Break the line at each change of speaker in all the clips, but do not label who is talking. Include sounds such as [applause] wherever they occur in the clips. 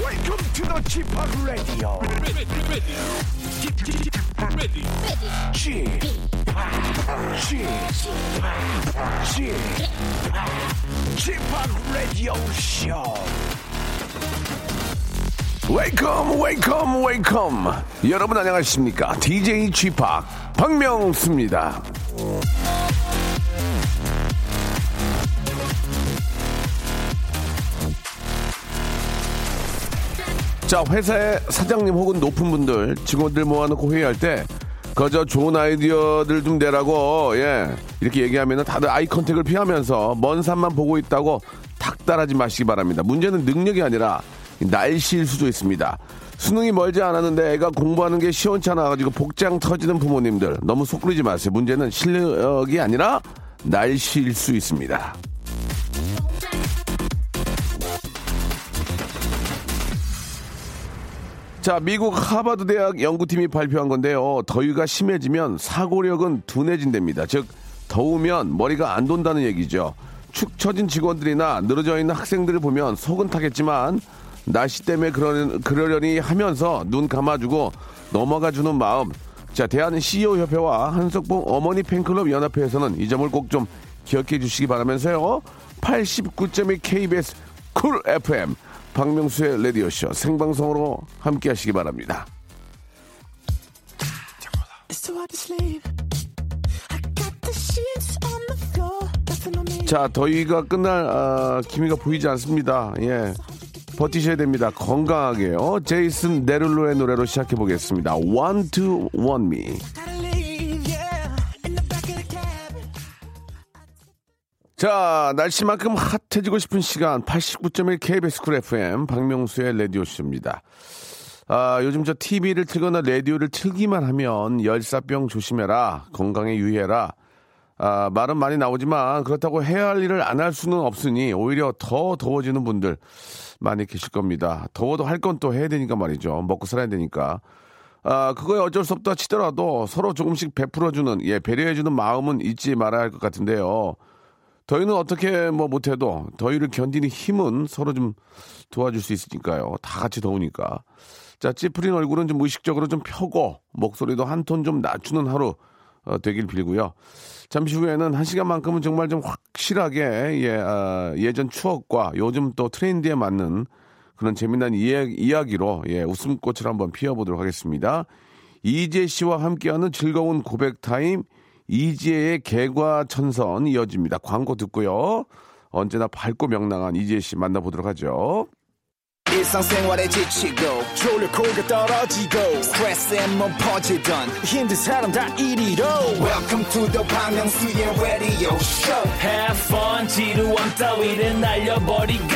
Welcome to the g p o p Radio.
ready, ready, ready,
g p o p g p o p g p o p Radio Show. Welcome, welcome, welcome. 여러분 안녕하십니까? DJ g p o p 박명수입니다. 자 회사의 사장님 혹은 높은 분들 직원들 모아놓고 회의할 때 그저 좋은 아이디어들 좀 내라고 예 이렇게 얘기하면 다들 아이 컨택을 피하면서 먼 산만 보고 있다고 탁달하지 마시기 바랍니다 문제는 능력이 아니라 이 날씨일 수도 있습니다 수능이 멀지 않았는데 애가 공부하는 게 시원찮아가지고 복장 터지는 부모님들 너무 속 끓이지 마세요 문제는 실력이 아니라 날씨일 수 있습니다 자, 미국 하버드 대학 연구팀이 발표한 건데요. 더위가 심해지면 사고력은 둔해진답니다. 즉, 더우면 머리가 안 돈다는 얘기죠. 축 처진 직원들이나 늘어져 있는 학생들을 보면 속은 타겠지만 날씨 때문에 그러, 그러려니 하면서 눈 감아주고 넘어가 주는 마음. 자, 대한 CEO 협회와 한석봉 어머니 팬클럽 연합회에서는 이 점을 꼭 좀 기억해 주시기 바라면서요. 89.1 KBS 쿨 FM 박명수의 라디오쇼 생방송으로 함께 하시기 바랍니다.
It's too hard to sleep. I got the sheets on the floor, nothing on me.
자, 더위가 끝날 아, 기미가 보이지 않습니다. 예. 버티셔야 됩니다. 건강하게요. 제이슨 데룰로의 노래로 시작해 보겠습니다. One to One Me.
Gotta leave, yeah. In the back of the cab.
자, 날씨만큼 핫해지고 싶은 시간 89.1 KBS 쿨 FM 박명수의 라디오 쇼입니다. 아, 요즘 저 TV를 틀거나 라디오를 틀기만 하면 열사병 조심해라. 건강에 유의해라. 아, 말은 많이 나오지만 그렇다고 해야 할 일을 안 할 수는 없으니 오히려 더 더워지는 분들 많이 계실 겁니다. 더워도 할 건 또 해야 되니까 말이죠. 먹고 살아야 되니까. 아, 그거에 어쩔 수 없다 치더라도 서로 조금씩 베풀어주는, 예, 배려해주는 마음은 잊지 말아야 할 것 같은데요. 더위는 어떻게 뭐 못해도 더위를 견디는 힘은 서로 좀 도와줄 수 있으니까요. 다 같이 더우니까. 자, 찌푸린 얼굴은 좀 의식적으로 좀 펴고 목소리도 한 톤 좀 낮추는 하루 어, 되길 빌고요. 잠시 후에는 한 시간만큼은 정말 좀 확실하게 예, 아, 예전 추억과 요즘 또 트렌드에 맞는 그런 재미난 이야, 이야기로 예, 웃음꽃을 한번 피워보도록 하겠습니다. 이재 씨와 함께하는 즐거운 고백 타임 이재의 개과천선 이어집니다. 광고 듣고요. 언제나 밝고 명랑한 이재 씨 만나보도록 하죠.
일상생활에 지치고, 졸려 코가 떨어지고, 스트레스에 몸 퍼지던, 힘든 사람 다 이리로. welcome to the Bang Myung-soo's radio show
Have fun 지루한 따위를 날려버리고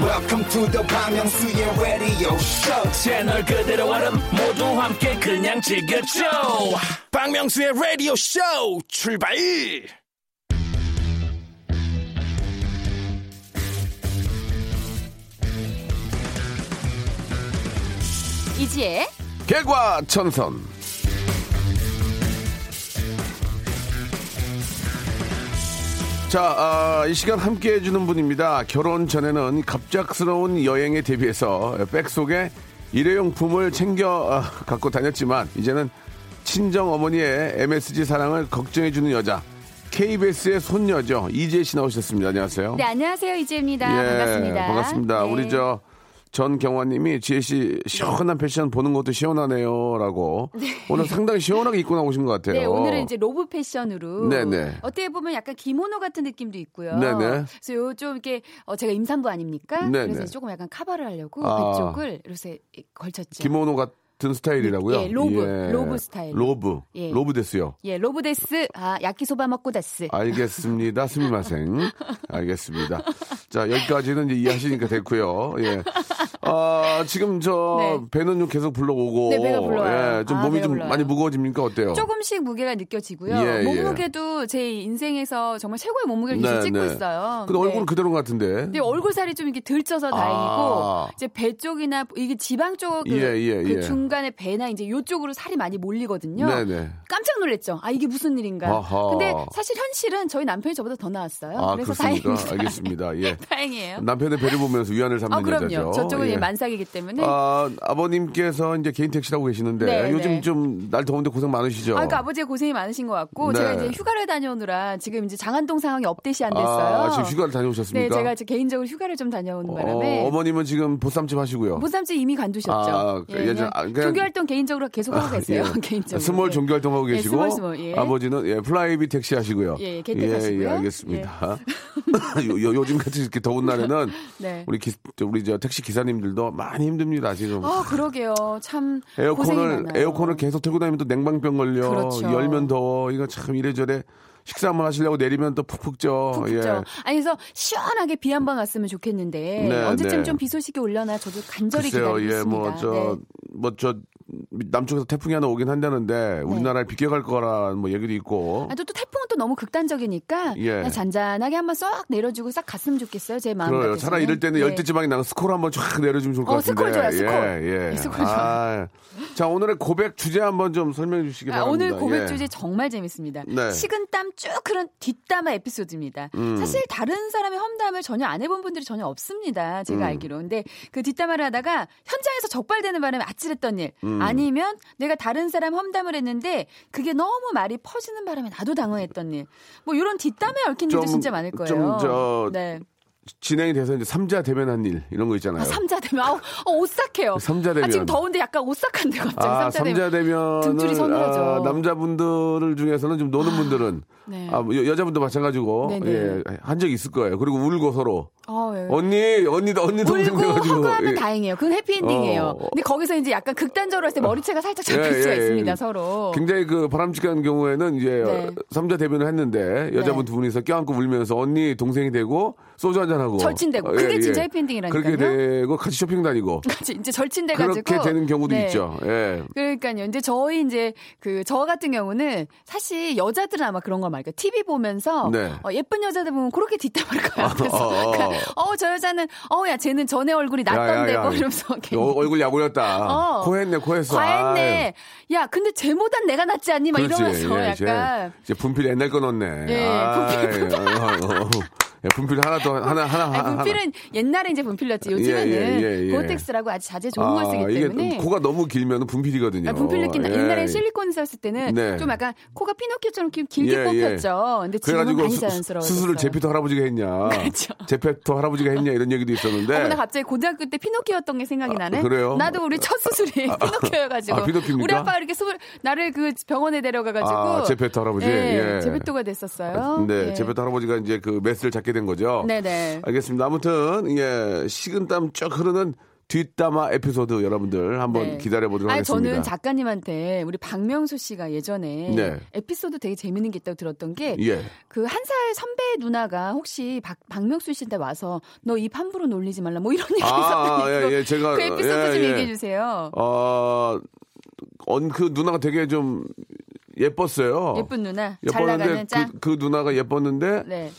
welcome to the Bang Myung-soo's radio show
채널 그대로 와름 모두 함께 그냥 즐겨줘
박명수의 radio show 출발
이지혜
개과천선. 자, 아, 이 시간 함께 해주는 분입니다. 결혼 전에는 갑작스러운 여행에 대비해서 백속에 일회용품을 챙겨 아, 갖고 다녔지만 이제는 친정 어머니의 MSG 사랑을 걱정해주는 여자 KBS의 손녀죠 이재 씨 나오셨습니다. 안녕하세요.
네 안녕하세요 이지혜입니다
예,
반갑습니다
반갑습니다.
네.
우리 저 전 경화님이 지혜 씨 시원한 패션 보는 것도 시원하네요라고 오늘 상당히 시원하게 입고 나오신 것 같아요.
네, 오늘은 이제 로브 패션으로
어. 네네.
어떻게 보면 약간 기모노 같은 느낌도 있고요.
네네.
그래서 요좀 이렇게 어, 제가 임산부 아닙니까?
네네.
그래서 조금 약간 커버를 하려고
아.
그쪽을 요새 걸쳤죠.
기모노 같은 스타일이라고요.
예, 로브, 로브 스타일.
로브
예.
로브 됐어요.
예, 로브데스. 아, 야키소바 먹고 데스.
알겠습니다.
[laughs]
스미마생. 알겠습니다. 자, 여기까지는 이제 이해하시니까 됐고요. 예. 아, 지금 저
네.
배는 좀 계속 불러오고
네, 배가 불러와요.
예, 좀
아,
몸이
배가
좀
불러요.
많이 무거워집니까? 어때요?
조금씩 무게가 느껴지고요.
예, 예.
몸무게도 제 인생에서 정말 최고의 몸무게를 계속 찍고 있어요.
근데
네.
얼굴은 그대로인 것 같은데.
근데 얼굴 살이 좀 이렇게 들쪄서 다행이고
아.
이제 배 쪽이나 이게 지방 쪽 그,
예, 예,
그
예.
골반의 배나 이제 요쪽으로 살이 많이 몰리거든요.
네네.
깜짝 놀랐죠. 아 이게 무슨 일인가.
아하.
근데 사실 현실은 저희 남편이 저보다 더 나았어요.
아,
그래서
그렇습니까?
다행입니다.
알겠습니다. 예.
[laughs] 다행이에요.
남편의 배를 보면서 위안을 삼는
아 그럼요.
여자죠.
저쪽은
예.
예. 만삭이기 때문에. 아,
아, 아버님께서 이제 개인 택시라고 계시는데
네,
요즘
네.
좀 날 더운데 고생 많으시죠?
그러니까 아버지의 고생이 많으신 것 같고
어. 네.
제가 이제 휴가를 다녀오느라 지금 이제 장안동 상황이 업데이시 안 됐어요.
아, 지금 휴가를
네,
다녀오셨습니까?
제가 이제 개인적으로 휴가를 좀 다녀오는
어,
바람에
어머님은 지금 보쌈집 하시고요.
보쌈집 이미 간두셨죠.
어. 아,
예,
예전-
그냥
아, 그냥-
종교
[laughs]
활동 개인적으로 계속 하고 계세요.
예.
개인적으로.
스몰
예.
종교 활동하고
예,
계시고
스몰, 스몰, 예.
아버지는 예, 플라이비 택시 하시고요.
예, 예, 개택하시고요.
예,
[laughs]
알겠습니다. [laughs] 요, 즘 같이 이렇게 더운 날에는
네.
우리 기, 저, 우리 저 택시 기사님들도 많이 힘듭니다 지금.
아, 그러게요. 참 고생이
에어컨을
많아요.
에어컨을 계속 틀고 다니면 또 냉방병 걸려
그렇죠.
열면 더워 이거 참 이래저래 식사 한번 하시려고 내리면 또 푹푹 쪄.
그죠? 아니 그래서 시원하게 비 한 번 왔으면 좋겠는데
예. 네,
언제쯤
네.
좀 비 소식이 올려나 저도 간절히
글쎄요,
기다리고
예,
있습니다.
뭐, 저,
네.
뭐, 저, 남쪽에서 태풍이 하나 오긴 한다는데, 우리나라에 비껴갈 거라는 뭐 얘기도 있고.
아, 또, 또 태풍은 또 너무 극단적이니까
예.
그냥 잔잔하게 한번 쏙 내려주고 싹 갔으면 좋겠어요. 제 마음
그래요.
같아서는.
차라리 이럴 때는
예.
열대 지방이 나는 스콜 한번 쫙 내려주면 좋을 것
어,
같은데.
스콜 줘요, 스콜.
예, 예.
예, 스콜
아, 자, 오늘의 고백 주제 한번 좀 설명해 주시기
아,
바랍니다.
오늘
예.
고백 주제 정말 재밌습니다.
네. 음.
식은땀 쭉 흐른 뒷담화 에피소드입니다. 사실 다른 사람의 험담을 전혀 안 해본 분들이 전혀 없습니다.
음.
제가 알기로. 근데 그 뒷담화를 하다가 현장에서 적발되는 바람에 아찔했던 일
음.
아니면 내가 다른 사람 험담을 했는데 그게 너무 말이 퍼지는 바람에 나도 당황했던 일. 뭐 이런 뒷담에 얽힌 일도
좀,
진짜 많을 거예요.
좀 저-
네.
진행이 돼서 이제 삼자 대면한 일, 이런 거 있잖아요.
아, 삼자 대면 아우 어,
네.
오싹해요.
삼자 대면.
아, 지금 더운데 약간 오싹한데 갑자기
아,
삼자 대면.
삼자 대면.
등줄이 서늘하죠.
남자분들 중에서는 좀 노는 분들은.
네.
아, 뭐 여, 여자분도 마찬가지고.
네네.
예, 한 적이 있을 거예요. 그리고 울고 서로.
어, 예.
언니, 언니, 언니 동생
울고
돼가지고.
하고 하면
예.
다행이에요. 그건 해피엔딩이에요.
어.
근데 거기서 이제 약간 극단적으로 할 때 머리채가 살짝 잡힐
예,
수가
예,
있습니다,
예.
서로.
굉장히 그 바람직한 경우에는 이제
네.
삼자 대변을 했는데 여자분
네.
두 분이서 껴안고 울면서 언니 동생이 되고 소주 한잔 하고
절친되고.
어,
그게 진짜
그렇게
해피엔딩이라니까요.
되고 같이 쇼핑 다니고
같이 이제 절친돼가지고.
그렇게 되는 경우도
네.
있죠. 예.
그러니까요. 이제 저희 이제 그 저 같은 경우는 사실 여자들은 아마 그런 거 말까. TV 보면서
네.
어, 예쁜 여자들 보면 그렇게
[laughs]
뒷담을 가요
어, 어, 어.
앞에서. 그러니까 어저 여자는 어야 쟤는 전에 얼굴이 낯던데
야, 야, 야.
뭐 이러면서
어,
괜히
얼굴 야구였다.
어.
코했네, 코했어.
과했네. 야 근데 쟤보단 내가 낫지 않니? 막
아이, 그렇지.
이러면서
예,
약간
이제, 이제 분필 옛날 거 넣었네.
예,
아이, 어, 어. 예, 분필 하나 더 하나 하나
아니,
하나.
분필은 옛날에 이제 분필이었지 요즘에는
예, 예, 예.
고텍스라고 아주 자재 좋은 걸 쓰기
이게
때문에
코가 너무 길면 분필이거든요.
아, 분필 느낀다. 옛날에
예.
실리콘 썼을 때는
네.
좀 약간 코가 피노키오처럼 길- 길게
예, 예.
뽑혔죠. 근데 지금은
그래가지고
많이
수,
자연스러워.
수술을 제피토 할아버지가 했냐,
[laughs] 그렇죠.
제페토 할아버지가 했냐 이런 얘기도 있었는데.
어머나 갑자기 고등학교 때 피노키오였던 게 생각이
네.
나네.
아, 그래요?
나도 우리 첫 수술이 피노키오여가지고
아, 피노키오입니까?
우리 아빠 가 이렇게 술 나를 그 병원에 데려가가지고
아, 제페토 할아버지.
예,
예.
제페토가 됐었어요.
네,
예.
제페토 할아버지가 이제 그 메스를 잡게 된 거죠.
네네.
알겠습니다. 아무튼 예, 식은땀 쫙 흐르는 뒷담화 에피소드 여러분들 한번
네.
기다려 보도록
아니,
하겠습니다.
저는 작가님한테 우리 박명수 씨가 예전에
네.
에피소드 되게 재밌는 게 있다고 들었던 게
예.
그 한 살 선배 누나가 혹시 박, 박명수 씨한테 와서 너 입 함부로 놀리지 말라 뭐 이런 [laughs] 얘기
아,
있었다니까
예, 예, 제가-
그 에피소드
예,
좀
예.
얘기해 주세요.
어, 언 그 누나가 되게 좀 예뻤어요.
예쁜 누나 잘
예뻤는데
나가는 짱.
그, 그 누나가 예뻤는데
네.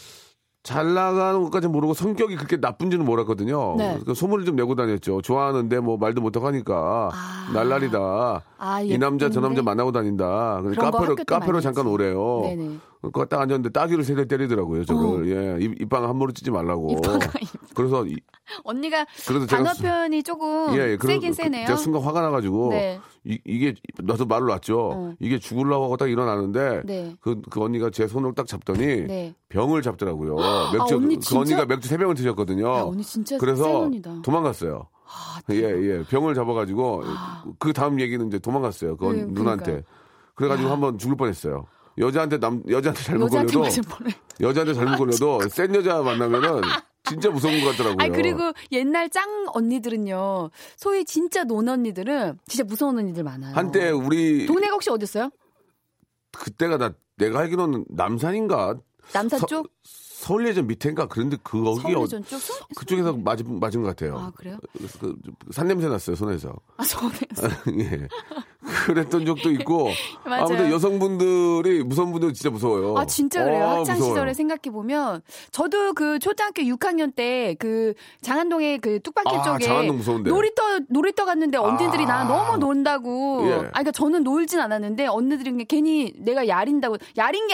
잘 나가는 것까지 모르고 성격이 그렇게 나쁜지는 몰랐거든요.
네.
그러니까 소문을 좀 내고 다녔죠. 좋아하는데 뭐 말도 못하고 하니까
아.
날라리다.
아,
이 남자 저
예쁜데?
남자 만나고 다닌다. 그래서
그런 거
카페로
학교 때
카페로
많이
잠깐
했지.
오래요.
네네. 어.
그거 딱 앉았는데 따귀를 세대 때리더라고요. 저를 예 입, 입방 함부로 찌지 말라고.
입방아,
그래서 이-
언니가
그래도 제가
단어
수-
표현이 조금
예, 예. 그래서
세긴
그-
세네요.
제가 순간 화가 나가지고
네.
이, 이게 나도 말을 놨죠.
어.
이게 죽으려고 하고 딱 일어나는데
네.
그, 그 언니가 제 손을 딱 잡더니
네. 아,
병을 잡더라고요. 맥주
언니
그
진짜?
언니가 맥주 세 병을 드셨거든요.
야, 언니 아, 진짜 센
어. 그래서
언니다.
도망갔어요.
아,
예, 예. 병을 잡아가지고 그 다음 얘기는 이제 도망갔어요. 그 언-
네, 그러니까요.
누나한테. 그래가지고 한번 죽을 뻔했어요. 여자한테 남 여자한테 잘못
여자한테
걸려도
맞을
[laughs]
뻔해.
여자한테 잘못 걸려도
[laughs]
센 여자 만나면은 진짜 무서운 것 같더라고요.
아니 그리고 옛날 짱 언니들은요. 소위 진짜 논 언니들은 진짜 무서운 언니들 많아요.
한때 우리
동네가 혹시 어디였어요?
그때가 나 내가 알기로는 남산인가
남산
서-
쪽?
서울예전 밑에인가 그런데 그 거기 어,
서울전 쪽? 서-
그쪽에서 맞은 어. 맞은 것 같아요.
아 [laughs] 그래요?
그산 냄새 났어요 손에서.
아 저는
[laughs] 예. 그랬던
[laughs]
적도 있고
맞아요.
아무튼 여성분들이 무서운 분들 진짜 무서워요.
아 진짜 그래요.
아,
학창
무서워요.
시절에 생각해 보면 저도 그 초등학교 6학년 때 그 장안동의 그 뚝박길
아,
쪽에
장안동 무서운데.
놀이터 놀이터 갔는데 언니들이
아.
나 너무 논다고.
예.
아 그러니까 저는 놀진 않았는데 언니들이 그냥 괜히 내가 야린다고 야린 게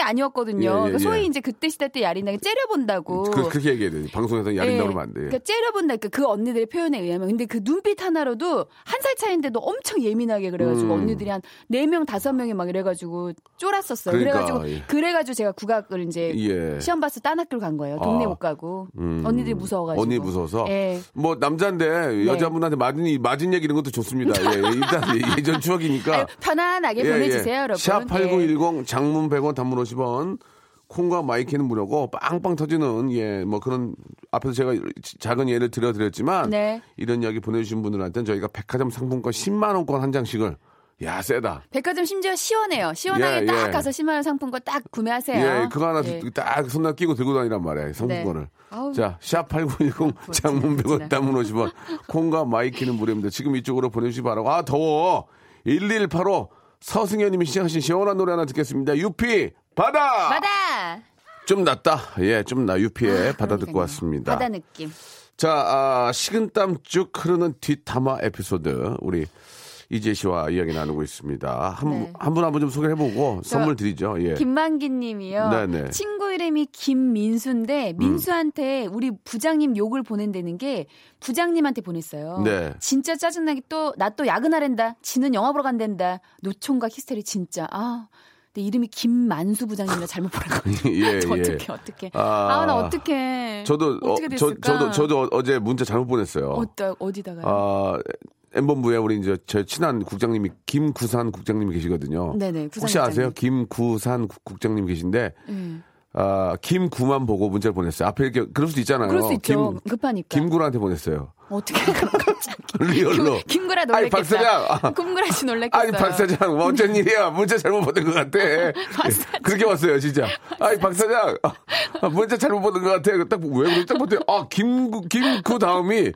예,
아니었거든요.
예,
그러니까 소위
예. 음,
이제 그때 시대 때 야린다고 째려본다고.
그, 그렇게 얘기해야 돼. 방송에서 야린다 그러면 안 돼.
그러니까 째려본다. 그러니까 그 언니들의 표현에 의하면. 근데 그 눈빛 하나로도 한 살 차인데도 엄청 예민하게 그래가지고
음.
언니들이 한 네명 다섯 명이막 이래가지고 쫄았었어요. 그
그러니까,
래가지고
예.
그래가지고 제가 국악을 이제
예.
시험 봐서 딴 학교를 간 거예요. 동네
아.
못 가고.
음.
언니들이 무서워가지고.
언니 무서워서.
예. 네.
뭐 남자인데 여자분한테 맞은 맞은 얘기 이런 것도 좋습니다. 예, 일단 예전 추억이니까.
[laughs] 아유, 편안하게 보내주세요, 여러분. 예.
예, 샵8910 장문 100원 단문 50원 콩과 마이키는 무료고 빵빵 터지는 예 뭐 그런 앞에서 제가 작은 예를 들어 드렸지만
네.
이런 이야기 보내 주신 분들한테는 저희가 백화점 상품권 10만 원권 한 장씩을 야, 세다.
백화점 심지어 시원해요. 시원하게
예,
딱
예.
가서 10만 원 상품권 딱 구매하세요.
예, 그거 하나
예.
딱 손나 끼고 들고 다니란 말이에요. 상품권을.
네. 아우.
자, 샵8910 장문 100원
[laughs] 멋지네.
담은 50원. 콩과 마이키는 무료입니다. 지금 이쪽으로 보내주시기 바라고. 아, 더워. 1185 서승현님이 시작하신 시원한 노래 하나 듣겠습니다. 유피, 바다!
바다! 아,
좀 낫다. 예, 좀 나. 유피의 바다 듣고
그러니까요.
왔습니다.
바다 느낌.
자, 아, 식은땀 쭉 흐르는 뒷담화 에피소드. 우리 이재 씨와 이야기 나누고 있습니다. 한,
네.
한 분 한 분 좀 소개해보고 선물 드리죠. 예.
김만기 님이요.
네네. 음.
친구 이름이 김민수인데 민수한테 우리 부장님 욕을 보낸다는 게 부장님한테 보냈어요.
네.
진짜 짜증나게 또 나 또 야근하랜다. 지는 영화 보러 간댄다. 노총각 히스테리 진짜. 아. 근데 이름이 김만수 부장님이라 잘못 보라고.
[laughs] [laughs] 예,
[laughs] 저
예.
어떡해 어떡해.
아.
아, 나 어떡해.
저도 어,
네. 어떻게
저,
됐을까?
저도 저도 어제 문자 잘못 보냈어요.
어디다, 어디다가요?
아 엠본부에 우리 이제 제 친한 국장님이 김구산 국장님이 계시거든요.
네네, 구산
혹시 아세요?
국장님.
김구산 국- 국장님 계신데
예.
아 김구만 보고 문자를 보냈어요. 앞에 이렇게 그럴 수도 있잖아요.
그럴 그러니까. 수 있죠. 급하니까.
어, 김구라한테 보냈어요. [laughs]
어떻게 [laughs] 갑자기.
리얼로.
김구라
아니,
놀랬겠다.
박사장. 아.
[laughs] 김구라 씨 놀랬겠어요.
아니 박사장 뭐 어쩐 일이야 문자 잘못 보낸 것 같아
[laughs] 박사장.
그렇게 왔어요 진짜 아니 박사장 아, 아, 문자 잘못 보낸 것 같아 딱왜 그래 딱 보더니 아김김그 다음이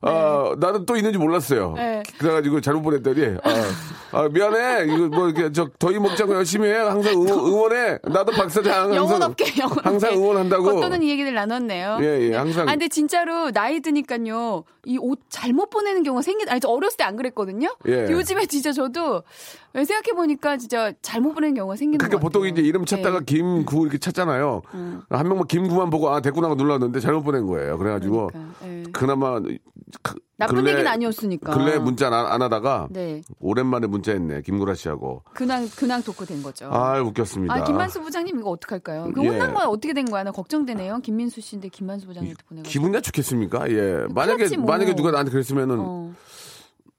아 나는 또 있는지 몰랐어요
네.
그래가지고 잘못 보냈더니 아, 아, 미안해 이거 뭐 이렇게 저 더위 먹자고 열심히 해 항상 응원, 해 나도 박사장
영혼
[laughs] 항상
없게 영혼 없게.
항상 응원한다고
어떤 이 얘기들 나눴네요.
예, 예, 항상.
아 근데 진짜로 나이 드니까요 이 옷 잘못 보내는 경우가 생기. 아니 저 어렸을 때 안 그랬거든요.
예.
요즘에 진짜 저도 생각해 보니까 진짜 잘못 보내는 경우가 생기는 것
그러니까
같아요. 네.
보통 이제 이름 찾다가 김구 이렇게 찾잖아요.
음.
한 명만 김구만 보고 아 됐구나고 눌렀는데 잘못 보낸 거예요. 그래가지고
그러니까, 예.
그나마그
나쁜 얘기는 아니었으니까.
근래 문자 안, 안 하다가
네.
오랜만에 문자했네 김구라 씨하고.
근황 근황 도크 된 거죠.
아 웃겼습니다.
어. 아, 김만수 부장님 이거 어떡할까요? 그
예.
혼난 거야 어떻게 된 거야? 나 걱정되네요. 김민수 씨인데 김만수 부장님한테 보내가.
기분 나 좋겠습니까? 예. 만약에
그렇지 뭐.
만약에 누가 나한테 그랬으면은
어.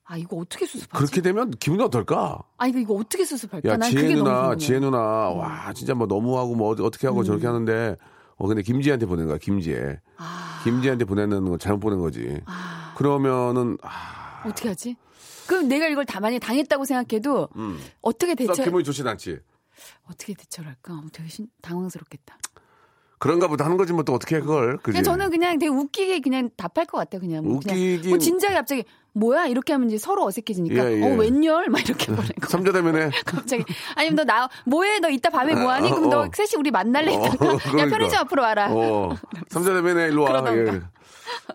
아 이거 어떻게 수습하지?
그렇게 되면 기분이 어떨까?
아 이거 이거 어떻게 수습할까?
야
아, 난
지혜
그게 너무
누나
궁금해. 음.
지혜 누나 와 진짜 뭐 너무하고 뭐 어디- 어떻게 하고 저렇게 하는데 어 근데 김지혜한테 보낸 거야 김지혜.
아.
김지혜한테 보내는 거 잘못 보낸 거지. 그러면은 아,
어떻게 하지? 그럼 내가 이걸 다 만약에 당했다고 생각해도
음.
어떻게 대처
썩 기분이 좋진 않지.
어떻게 대처를 할까? 아무 되게 신- 당황스럽겠다.
그런가 보다 하는 거지 뭐 또 어떻게 해 그걸. 그지?
그냥 저는 그냥 되게 웃기게 그냥 답할 것 같아요. 그냥 뭐 그냥
웃기긴-
뭐 진작에 갑자기 뭐야 이렇게 하면 이제 서로 어색해지니까
예, 예.
어 웬열 막
[laughs]
이렇게 보내고
삼자대면에
[laughs] 갑자기 아니면 너 나 뭐해 너 이따 밤에 뭐하니? 그럼
어.
너 셋이 우리 만날래?
어,
이따가 야
[laughs] 그러니까.
편의점 앞으로 와라.
어. 삼자대면에 일로 와.
그러던가.
예.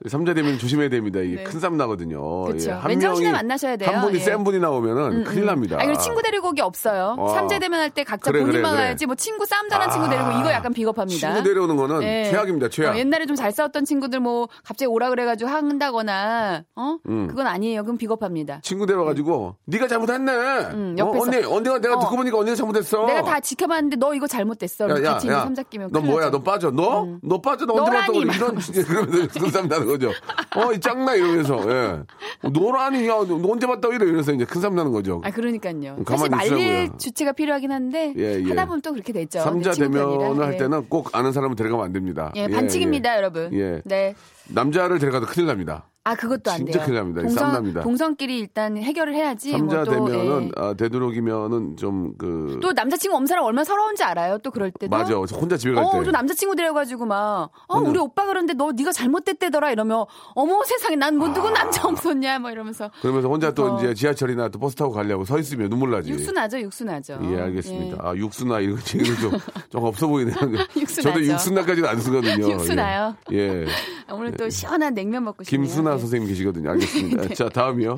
삼자대면 조심해야 됩니다. 이게
네.
큰 쌈 나거든요. 예,
그쵸. 맨정신에 만나셔야 돼요.
한 분이
예.
센 분이 나오면은 큰일 납니다.
아, 그리고 친구 데리고 오기 없어요.
어.
삼재 대면 할 때 각자
그래,
본인만
그래, 그래.
와야지. 뭐 친구 싸움 잘하는 친구
아.
데리고 이거 약간 비겁합니다.
친구 데려오는 거는
예.
최악입니다. 최악.
어, 옛날에 좀 잘 싸웠던 친구들 뭐 갑자기 오라 그래가지고 한다거나 어
음.
그건 아니에요. 그럼 비겁합니다.
친구 데려와가지고 네가 잘못했네.
음,
어,
옆에서.
언니, 언니가 내가
어.
듣고 보니까 언니가 잘못했어.
내가 다 지켜봤는데 너 이거 잘못됐어.
야, 야,
같이
야,
삼자 끼면
너
큰일
뭐야?
나죠. 음.
너 빠져. 너? 너 빠져. 너 언제 봤다고
너라니, 막
이런 [laughs] 그러면서 큰쌈 나는 거죠. 어, 이 짱나 이러면서. 예. 너라니 야, 너 언제 봤다고 이래 이러면서 이제 큰쌈 나는 거죠.
아 그러니까요. 사실
음, 가만히
말릴
있으라고요.
주체가 필요하긴 한데
예, 예.
하다 보면 또 그렇게 되죠.
삼자
친구가 아니라.
대면을 할
예.
때는 꼭 아는 사람을 데려가면 안 됩니다.
예, 반칙입니다,
예.
여러분.
예.
네.
남자를 데려가도 큰일 납니다.
아 그것도 안 돼요.
진짜 큰일 납니다. 쌈납니다.
동성끼리 일단 해결을 해야지.
삼자
뭐 또,
되면은
예.
아, 되도록이면은 좀그
또 남자친구 엄살은 얼마나 서러운지 알아요. 또 그럴 때도.
맞아. 혼자 집에 갈 때.
어, 또 남자친구들 해가지고 막, 어, 우리 오빠 그런데 너 네가 잘못됐대더라 이러면, 어머 세상에 난 뭐
아.
누구 남자 없었냐 뭐 이러면서
그러면서 혼자 또
그래서-
이제 지하철이나 또 버스 타고 가려고 서 있으면 눈물 나지.
육수 나죠, 육수 나죠.
예, 알겠습니다.
예.
아, 육수나 이런 얘기는
[laughs]
좀, 좀 없어 보이네요.
육수
저도
나죠.
육수나까지는 안 쓰거든요.
[laughs] 육수 나요.
예. 예.
아, 오늘 또 시원한 냉면 먹고 싶네요.
김수나
네.
선생님 계시거든요.
[laughs]
알겠습니다. 자, 다음이요.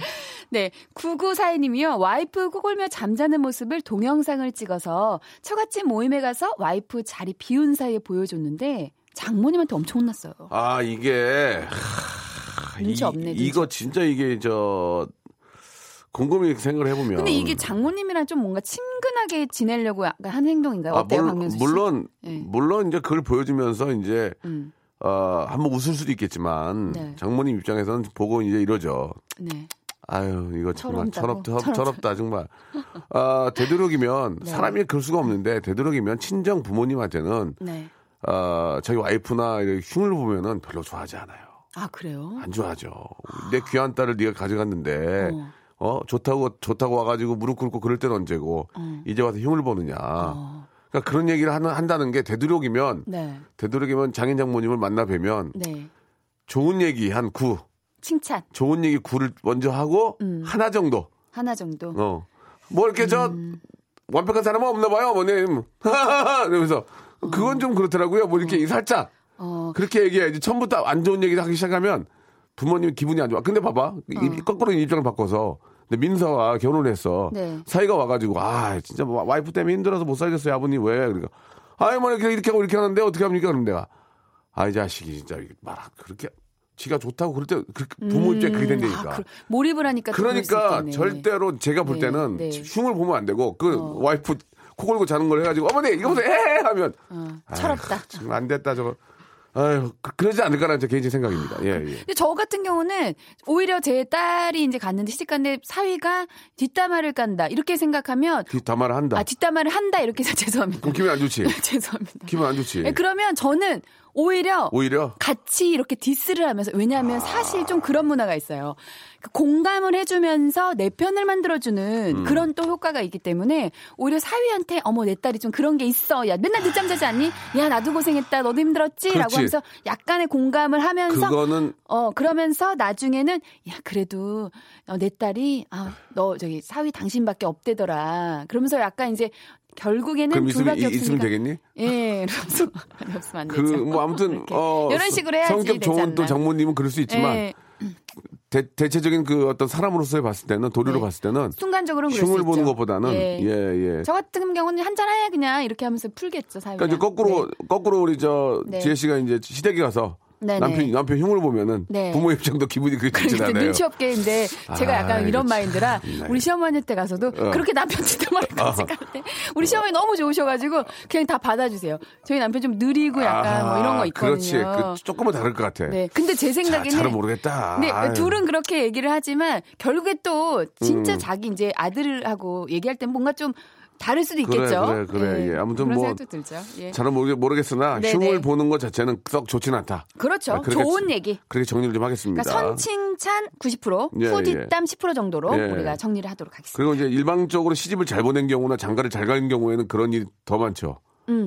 네, 9942님이요. 와이프 코골며 잠자는 모습을 동영상을 찍어서 처갓집 모임에 가서 와이프 자리 비운 사이에 보여줬는데 장모님한테 엄청 혼났어요.
아, 이게. 하,
눈치
이-
없네, 눈치.
이거 진짜 이게 저, 곰곰이 생각을 해보면.
근데 이게 장모님이랑 좀 뭔가 친근하게 지내려고 약간 한 행동인가요?
아,
어때요,
물-
박명수 씨?
물론,
예.
물론 이제 그걸 보여주면서 이제,
음,
어, 한번 웃을 수도 있겠지만,
네.
장모님 입장에서는 보고 이제 이러죠.
네.
아유 이거 정말
[laughs] 철없다고?
철없다 철- 철없다 정말 아 되도록이면
네.
사람이 그럴 수가 없는데 되도록이면 친정 부모님한테는
네.
아 자기 와이프나 이렇게 흉을 보면은 별로 좋아하지 않아요
아, 그래요?
안 좋아하죠 내 귀한 딸을 네가 가져갔는데
어.
어 좋다고 좋다고 와가지고 무릎 꿇고 그럴 때는 언제고
어.
이제 와서 흉을 보느냐 그러니까 그런 얘기를 하는 한다는 게 되도록이면
네.
되도록이면 장인 장모님을 만나 뵈면
네.
좋은 얘기 한 구
칭찬
좋은 얘기 구를 먼저 하고
음.
하나 정도
하나 정도.
어. 뭐 이렇게 저
음.
완벽한 사람은 없나 봐요, 어머님. [laughs] 이러면서 그건 좀 그렇더라고요. 뭐 이렇게 살짝
어.
그렇게 얘기해야지. 처음부터 안 좋은 얘기를 하기 시작하면 부모님 기분이 안 좋아. 근데 봐봐.
어.
이, 거꾸로 입장을 바꿔서 근데 민서와 결혼을 했어.
네.
사이가 와가지고 아 진짜 뭐 와이프 때문에 힘들어서 못 살겠어요, 아버님 왜? 그러니까 아이 뭐 이렇게 이렇게 하고 이렇게 하는데 어떻게 합니까? 그럼 내가 아이 자식이 진짜 말아 그렇게 지가 좋다고 그럴 때 그렇게 부모 입장에 그게 된다니까.
아, 그- 몰입을 하니까 또 그럴 수
그러니까
있겠네.
절대로 제가 볼
네,
때는
네.
흉을 보면 안 되고 그 와이프 코 골고 자는 걸 해가지고 어머니 이거 보세요 에헤 하면
어, 철없다.
아휴, 지금 안 됐다 저거 아유 그러지 않을까라는 제 개인적인 생각입니다 예예
근데 저 같은 경우는 오히려 제 딸이 이제 갔는데 시집 갔는데 사위가 뒷담화를 깐다 이렇게 생각하면
뒷담화를 한다
아 뒷담화를 한다 이렇게 해서 [laughs] 죄송합니다.
그럼 기분 안
[laughs]
좋지
죄송합니다.
기분 안 좋지
예, 그러면 저는 오히려
오히려
같이 이렇게 디스를 하면서 왜냐하면 사실 좀 그런 문화가 있어요. 그 공감을 해주면서 내 편을 만들어주는
음.
그런 또 효과가 있기 때문에 오히려 사위한테 어머 내 딸이 좀 그런 게 있어. 야 맨날 늦잠 자지 않니? 야 나도 고생했다. 너도 힘들었지라고
그렇지.
하면서 약간의 공감을 하면서
그거는
어 그러면서 나중에는 야 그래도 어, 내 딸이 아 너 저기 사위 당신밖에 없대더라. 그러면서 약간 이제 결국에는
그럼 있으면,
둘밖에
이- 있으면
없으니까
되겠니?
예, 이러면서 아니, 없으면 안 되죠.
그 뭐 아무튼
[laughs] 이렇게.
어
이런 식으로 해야지
성격
되지
좋은 또
않나.
장모님은 그럴 수 있지만
예,
대, 대체적인 그 어떤 사람으로서 봤을 때는 도리로
네.
봤을 때는
순간적으로는 그럴
흉을
수
보는
있죠.
것보다는
예.
예, 예.
저 같은 경우는 한잔 해 그냥 이렇게 하면서 풀겠죠 네. 사회.
그러니까 이제 거꾸로 거꾸로 우리 저
네.
지혜 씨가 이제 시댁에 가서
네네.
남편 남편 흉을 보면은
네.
부모 입장도 기분이 그렇게 좋진 않아요.
그러니까 눈치 없게 근데 제가
아, 네. 어.
약간 이런
이거 참.
마인드라 우리 시어머니 때 가서도 그렇게 남편 지대말까지 갈때 우리 시어머니 너무 좋으셔가지고 그냥 다 받아주세요. 저희 남편 좀 느리고 약간 뭐 이런 거 있거든요.
그렇지. 그 조금은 다를 것 같아.
네, 근데 제
자,
생각에는
잘은 모르겠다.
근데
아유.
둘은 그렇게 얘기를 하지만 결국에 또 진짜
음.
자기 이제 아들하고 얘기할 땐 뭔가 좀 다를 수도
그래,
있겠죠.
그래, 그래. 예, 아무튼
그런
뭐
생각도 들죠. 예.
잘은 모르, 모르겠으나
네네.
흉을 보는 것 자체는 썩 좋진 않다.
그렇죠.
아, 그렇게-
좋은 얘기.
그렇게 정리를 좀 하겠습니다.
그러니까 선칭찬 90%,
예, 예.
후뒷담 10% 정도로
예.
우리가 정리를 하도록 하겠습니다.
그리고 이제 일방적으로 시집을 잘 보낸 경우나 장가를 잘 간 경우에는 그런 일이 더 많죠.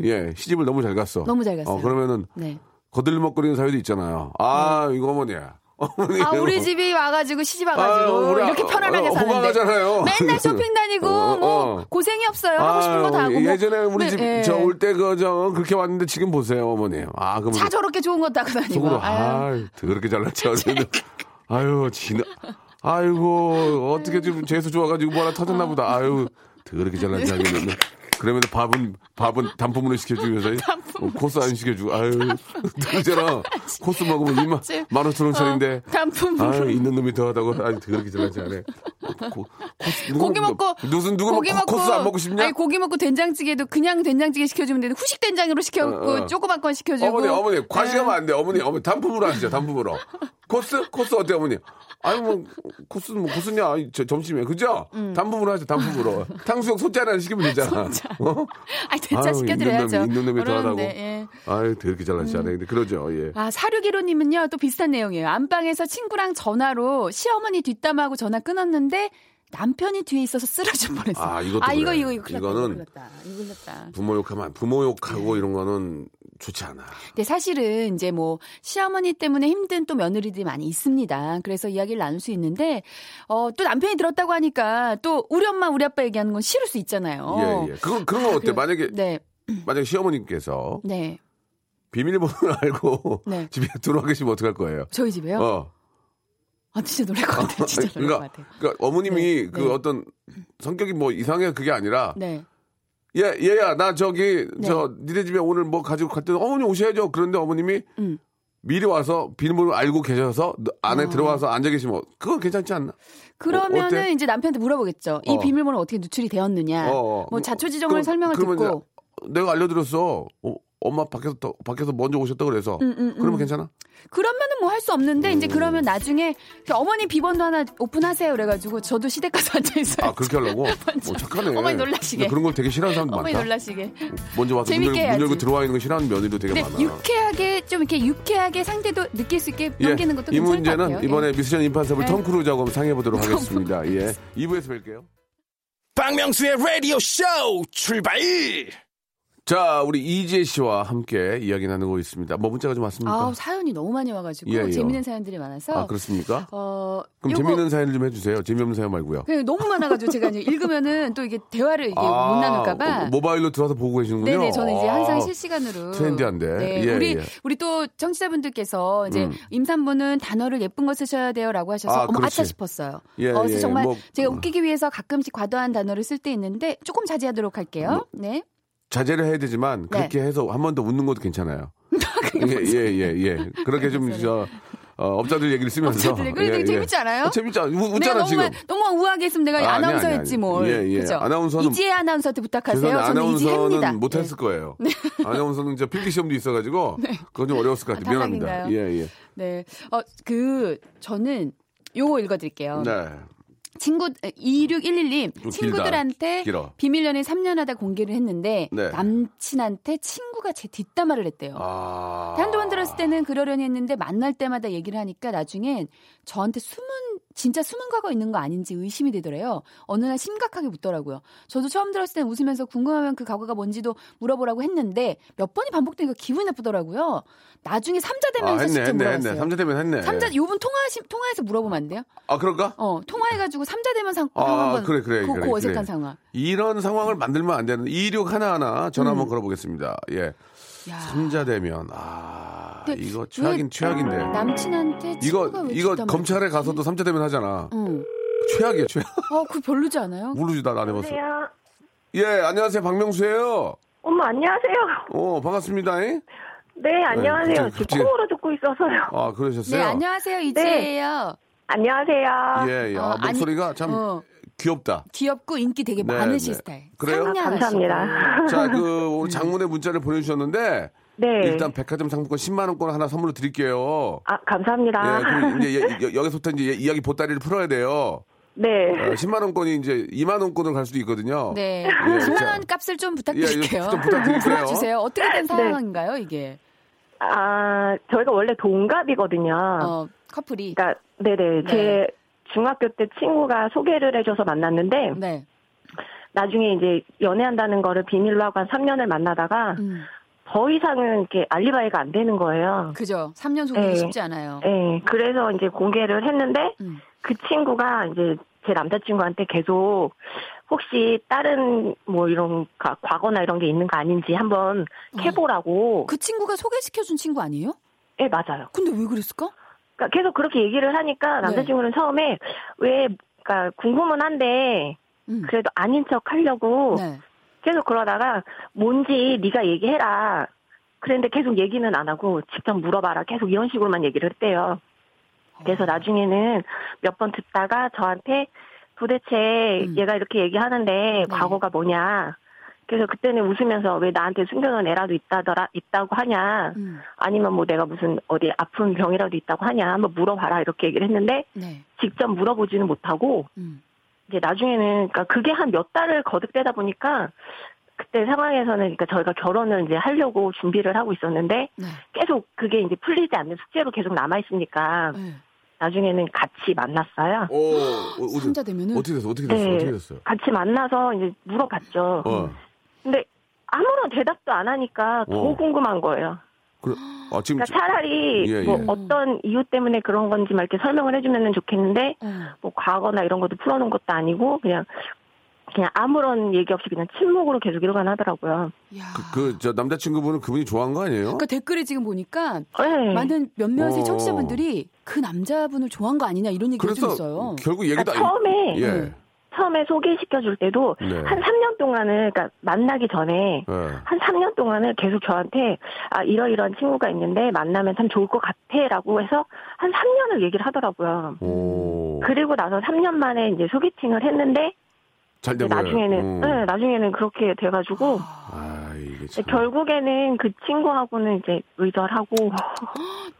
예, 시집을 너무 잘 갔어.
음. 너무 잘 갔어요.
어, 그러면은
네.
거들먹거리는 사유도 있잖아요. 아, 이거 어머니야. [laughs] 어머니.
아 우리 집이 와가지고 시집 와가지고
예. 아유, 우리
이렇게
아-
편안하게
어,
사는데
호강하잖아요. [laughs]
맨날 쇼핑 다니고
어, 어.
뭐 고생이 없어요 하고 싶은 거 다 하고 뭐
아, 예전에 우리
네,
집
예.
저 올 때 그 저 그렇게 왔는데 지금 보세요 어머니. 아 그럼
차 저렇게 좋은 거 타고 다니고
속으로
아유.
아 더럽게 잘났죠. 아유 진아. 아이고 어떻게 좀 재수 좋아가지고 뭐 하나 터졌나 보다. 아유 더럽게 잘났지 않겠네. 그러면서 밥은 밥은 단품으로 시켜주면서 어, 코스 안 시켜주고 아유 그잖아 코스 먹으면 2만
맞지?
만 오천 원짜리인데
어, 단품으로.
아유 있는 놈이 더하다고 아유 더럽게 잘났지 않네. 고, 코스, 누구,
고기 먹고
무슨 누구
고기
먹고
먹고
코스 안 먹고 싶냐?
아니 고기 먹고 된장찌개도 그냥 된장찌개 시켜주면 되는데 후식 된장으로 시켜먹고
어, 어.
조그만 건 시켜주고
어머니 어머니
네.
과시하면 안 돼. 어머니 어머니 단품으로 하시죠. 단품으로. 코스 코스 어때 어머니? 아니 뭐 코스는 뭐 코스냐? 아니, 저 점심에 그죠?
음.
단품으로 하죠.
[laughs]
단품으로. 탕수육 소짜 하나 시키면 되잖아. 어?
아니 된장
아유,
시켜드려야죠.
있는 놈이 더 하라고.
그러는데, 예. 음.
아유 되게 잘하지 않아요. 근데 그러죠. 예.
아, 사륙이로님은요, 또 비슷한 내용이에요. 안방에서 친구랑 전화로 시어머니 뒷담하고 전화 끊었는데 남편이 뒤에 있어서 쓰러져 버렸어요.
아, 이것도
이거,
그래.
이거, 이거. 큰일
이거는-
났다, 이거 큰일 났다. 이거 났다.
부모 욕하면 부모
네.
욕하고 이런 거는 좋지 않아.
근데 사실은 이제 뭐 시어머니 때문에 힘든 또 며느리들이 많이 있습니다. 그래서 이야기를 나눌 수 있는데, 어, 또 남편이 들었다고 하니까 또 우리 엄마, 우리 아빠 얘기하는 건 싫을 수 있잖아요.
예, 예. 그건 그런 건 어때?
어. 그래.
만약에
네,
만약에 시어머님께서
네.
비밀번호를 알고
네.
[laughs] 집에 들어와 계시면 어떡할 거예요?
저희 집에요?
어.
아, 진짜 놀랄 것 같아요. 진짜 놀랄 것
그러니까,
같아요.
그러니까 어머님이
네,
그
네.
어떤 성격이 뭐 이상해 그게 아니라 예,
네.
얘 얘야 나 저기 저 니네 집에 오늘 뭐 가지고 갔더니 어머니 오셔야죠. 그런데 어머님이
음.
미리 와서 비밀번호 알고 계셔서 안에
아.
들어와서 앉아 계시면 그건 괜찮지 않나?
그러면은
어때?
이제 남편한테 물어보겠죠. 이
어.
비밀번호 어떻게 누출이 되었느냐.
어, 어.
뭐 자초지종을
그럼-
설명을
그러면 이제
듣고.
내가 알려드렸어. 어, 엄마 밖에서 더- 밖에서 먼저 오셨다 그래서
음, 음, 음.
그러면 괜찮아?
그러면은 뭐 할 수 없는데
음.
이제 그러면 나중에 그 어머니 비번도 하나 오픈하세요. 그래가지고 저도 시댁 가서 [laughs] 앉아 있어요.
아 그렇게
[laughs]
하려고? 어, 착하네.
어머니 놀라시게.
근데 그런 걸 되게 싫어하는 사람도
어머니
많다.
놀라시게.
먼저 와서 문,
재밌게
열고, 문
해야지.
열고 들어와 있는 거 싫어하는 며느리도 되게
근데
많아.
네, 유쾌하게 좀 이렇게 유쾌하게 상대도 느낄 수 있게
예,
넘기는 것도
이
괜찮을 것
문제는
같아요.
이번에 미스전 임파서블
네.
톰 크루즈하고 한번 상해보도록 하겠습니다. 예, 2부에서 뵐게요.
박명수의 라디오 쇼 출발
자, 우리 이지혜 씨와 함께 이야기 나누고 있습니다. 뭐 문자가 좀
예.
왔습니까?
아 사연이 너무 많이 와가지고
예, 예.
재밌는 사연들이 많아서
아, 그렇습니까?
어
그럼
요거
재미있는 사연을 좀 해주세요. 재미없는 사연 말고요.
그냥 너무 많아가지고 제가 이제 읽으면은 또 이게 대화를 이게
아,
못 나눌까봐
어, 모바일로 들어와서 보고 계시는군요.
네네 저는 이제
아,
항상 실시간으로
트렌디한데.
네,
예,
우리
예.
우리 또 청취자분들께서 이제
음.
임산부는 단어를 예쁜 거 쓰셔야 돼요라고 하셔서
아,
어머
그렇지.
아차 싶었어요.
예,
어, 그래서
예,
정말
뭐,
제가
음.
웃기기 위해서 가끔씩 과도한 단어를 쓸 때 있는데 조금 자제하도록
뭐.
할게요. 네.
자제를 해야 되지만 그렇게 해서 한 번 더 웃는 것도 괜찮아요. [laughs] 예예예 예, 예. 그렇게 좀 저 어, 업자들 얘기를 쓰면서
업자들 얘기. 그래, 되게 재밌지 않아요?
어, 재밌지 않아? 우-
내가
웃잖아
너무
지금.
너무 우아하게 했으면 내가
아니, 아니,
아나운서
아니, 아니.
했지 뭘.
예, 예.
그죠?
아나운서는-
이지혜 아나운서한테 부탁하세요.
죄송한데
저는 이지혜입니다. 네.
아나운서는 못했을 거예요. 아나운서는 이제 필기 시험도
[laughs]
있어가지고 그건 좀 어려웠을 것 같아요.
아,
미안합니다.
탈락인가요?
예예.
네. 네. 어, 그 저는 요거 읽어드릴게요.
네. 어,
친구 2611님
길다.
친구들한테
길어.
비밀 연애 3년 하다 공개를 했는데
네.
남친한테 친구가 제 뒷담화를 했대요.
아.
한동안 어. 들었을 때는 그러려니 했는데 만날 때마다 얘기를 하니까 나중엔 저한테 숨은 진짜 숨은 과거 있는 거 아닌지 의심이 되더래요. 어느 날 심각하게 묻더라고요. 저도 처음 들었을 땐 웃으면서 궁금하면 그 과거가 뭔지도 물어보라고 했는데 몇 번이 반복되니까 기분이 나쁘더라고요. 나중에 삼자
아,
되면서
했네
직접
했네 했네.
물어봤어요.
삼자 되면 했네.
삼자 요분 통화하시 통화해서 물어보면 안 돼요?
아 그럴까?
어, 통화해가지고 삼자되면 상
아,
한번
그래, 그래,
그,
그래,
그 어색한
그래.
상황.
이런 상황을 만들면 안 되는 이륙 하나 하나 전화
음.
한번 걸어보겠습니다. 예.
야.
삼자 되면 아
근데
이거
왜
최악인 최악인데.
남친한테 친구가
이거
왜
이거
뒷담화를
검찰에
했지? 어.
가서도 삼자 되면 하잖아.
응.
최악이야 최악. [laughs]
어, 그 별로지 않아요?
모르지 난안 해봤어.
안녕하세요.
예 안녕하세요 박명수예요.
어머 안녕하세요.
어 반갑습니다. 잉?
네 안녕하세요.
갑자기-
지금 콩으로 듣고 있어서요.
아 그러셨어요.
네, 안녕하세요. 이지혜예요.
안녕하세요.
예, 예.
어,
아,
아니-
목소리가 참
어.
귀엽다.
귀엽고 인기 되게
네,
많으신
네.
스타일.
그래요?
아,
상냥하시고.
감사합니다.
자, 그 오늘 장문의 문자를 보내주셨는데
네.
일단 백화점 상품권 10만 원권 하나 선물로 드릴게요.
아
예,
감사합니다.
그럼 이제 여- 여- 여기서부터 이제 이야기 보따리를 풀어야 돼요.
[laughs] 네.
어, 10만 원권이 이제 2만 원권으로 갈 수도 있거든요.
네.
예, 자.
10만 원 값을 좀 부탁드릴게요.
예, 좀 부탁드릴게요.
[laughs] 풀어주세요. 어떻게
네.
된 상황인가요, 이게?
아 저희가 원래 동갑이거든요.
어, 커플이.
아. 그러니까 네네 제
네.
중학교 때 친구가 소개를 해줘서 만났는데
네.
나중에 이제 연애한다는 거를 비밀로 하고 한 3년을 만나다가
음,
더 이상은 이렇게 알리바이가 안 되는 거예요.
그죠. 3년 속이
네.
쉽지 않아요.
네, 그래서 이제 공개를 했는데
음.
그 친구가 이제 제 남자친구한테 계속 혹시 다른 뭐 이런 가- 과거나 이런 게 있는 거 아닌지 한번 해보라고.
그 친구가 소개시켜준 친구 아니에요?
예, 맞아요.
근데 왜 그랬을까?
그러니까 계속 그렇게 얘기를 하니까 남자친구는 처음에 왜 그러니까 궁금은 한데
음.
그래도 아닌 척 하려고
네.
계속 그러다가 뭔지 네가 얘기해라. 그런데 계속 얘기는 안 하고 직접 물어봐라. 계속 이런 식으로만 얘기를 했대요. 그래서 나중에는 몇 번 듣다가 저한테 도대체 얘가 이렇게 얘기하는데 과거가 뭐냐. 그래서 그때는 웃으면서 왜 나한테 숨겨놓은 애라도 있다더라 있다고 하냐.
음.
아니면 뭐 내가 무슨 어디 아픈 병이라도 있다고 하냐. 한번 물어봐라 이렇게 얘기를 했는데
네.
직접 물어보지는 못하고
음.
이제 나중에는 그러니까 그게 한 몇 달을 거듭되다 보니까 그때 상황에서는 그러니까 저희가 결혼을 이제 하려고 준비를 하고 있었는데
네.
계속 그게 이제 풀리지 않는 숙제로 계속 남아 있으니까
네.
나중에는 같이 만났어요.
오, 어, 어디-
아, 삼자 음. 되면은
어떻게 됐어? 어떻게 됐어?
네.
어떻게 됐어요?
같이 만나서 이제 물어봤죠.
어,
근데 아무런 대답도 안 하니까 더
어.
궁금한 거예요.
그래, 아, 지금
그러니까 차라리
예,
뭐
예.
어떤 이유 때문에 그런 건지 막 이렇게 설명을 해주면 좋겠는데
어.
뭐 과거나 이런 것도 풀어놓은 것도 아니고 그냥 그냥 아무런 얘기 없이 그냥 침묵으로 계속 일어가 하더라고요.
야.
그, 그, 저 남자친구분은 그분이 좋아한 거 아니에요?
그러니까 댓글에 지금 보니까
네.
많은 몇몇의
어.
청취자분들이 그 남자분을 좋아한 거 아니냐 이런 얘기가 좀
그래서
있어요.
결국 얘기도
그러니까
안-
처음에
예.
음.
처음에 소개시켜 줄 때도
네.
한 3년 동안은 그러니까 만나기 전에
예.
한 3년 동안은 계속 저한테 아 이러이러한 친구가 있는데 만나면 참 좋을 것 같아라고 해서 한 3년을 얘기를 하더라고요.
오.
그리고 나서 3년 만에 이제 소개팅을 했는데
잘
이제
된 거예요.
나중에는
음.
네, 나중에는 그렇게 돼가지고
아, 이게
이제
참.
결국에는 그 친구하고는 이제 의절하고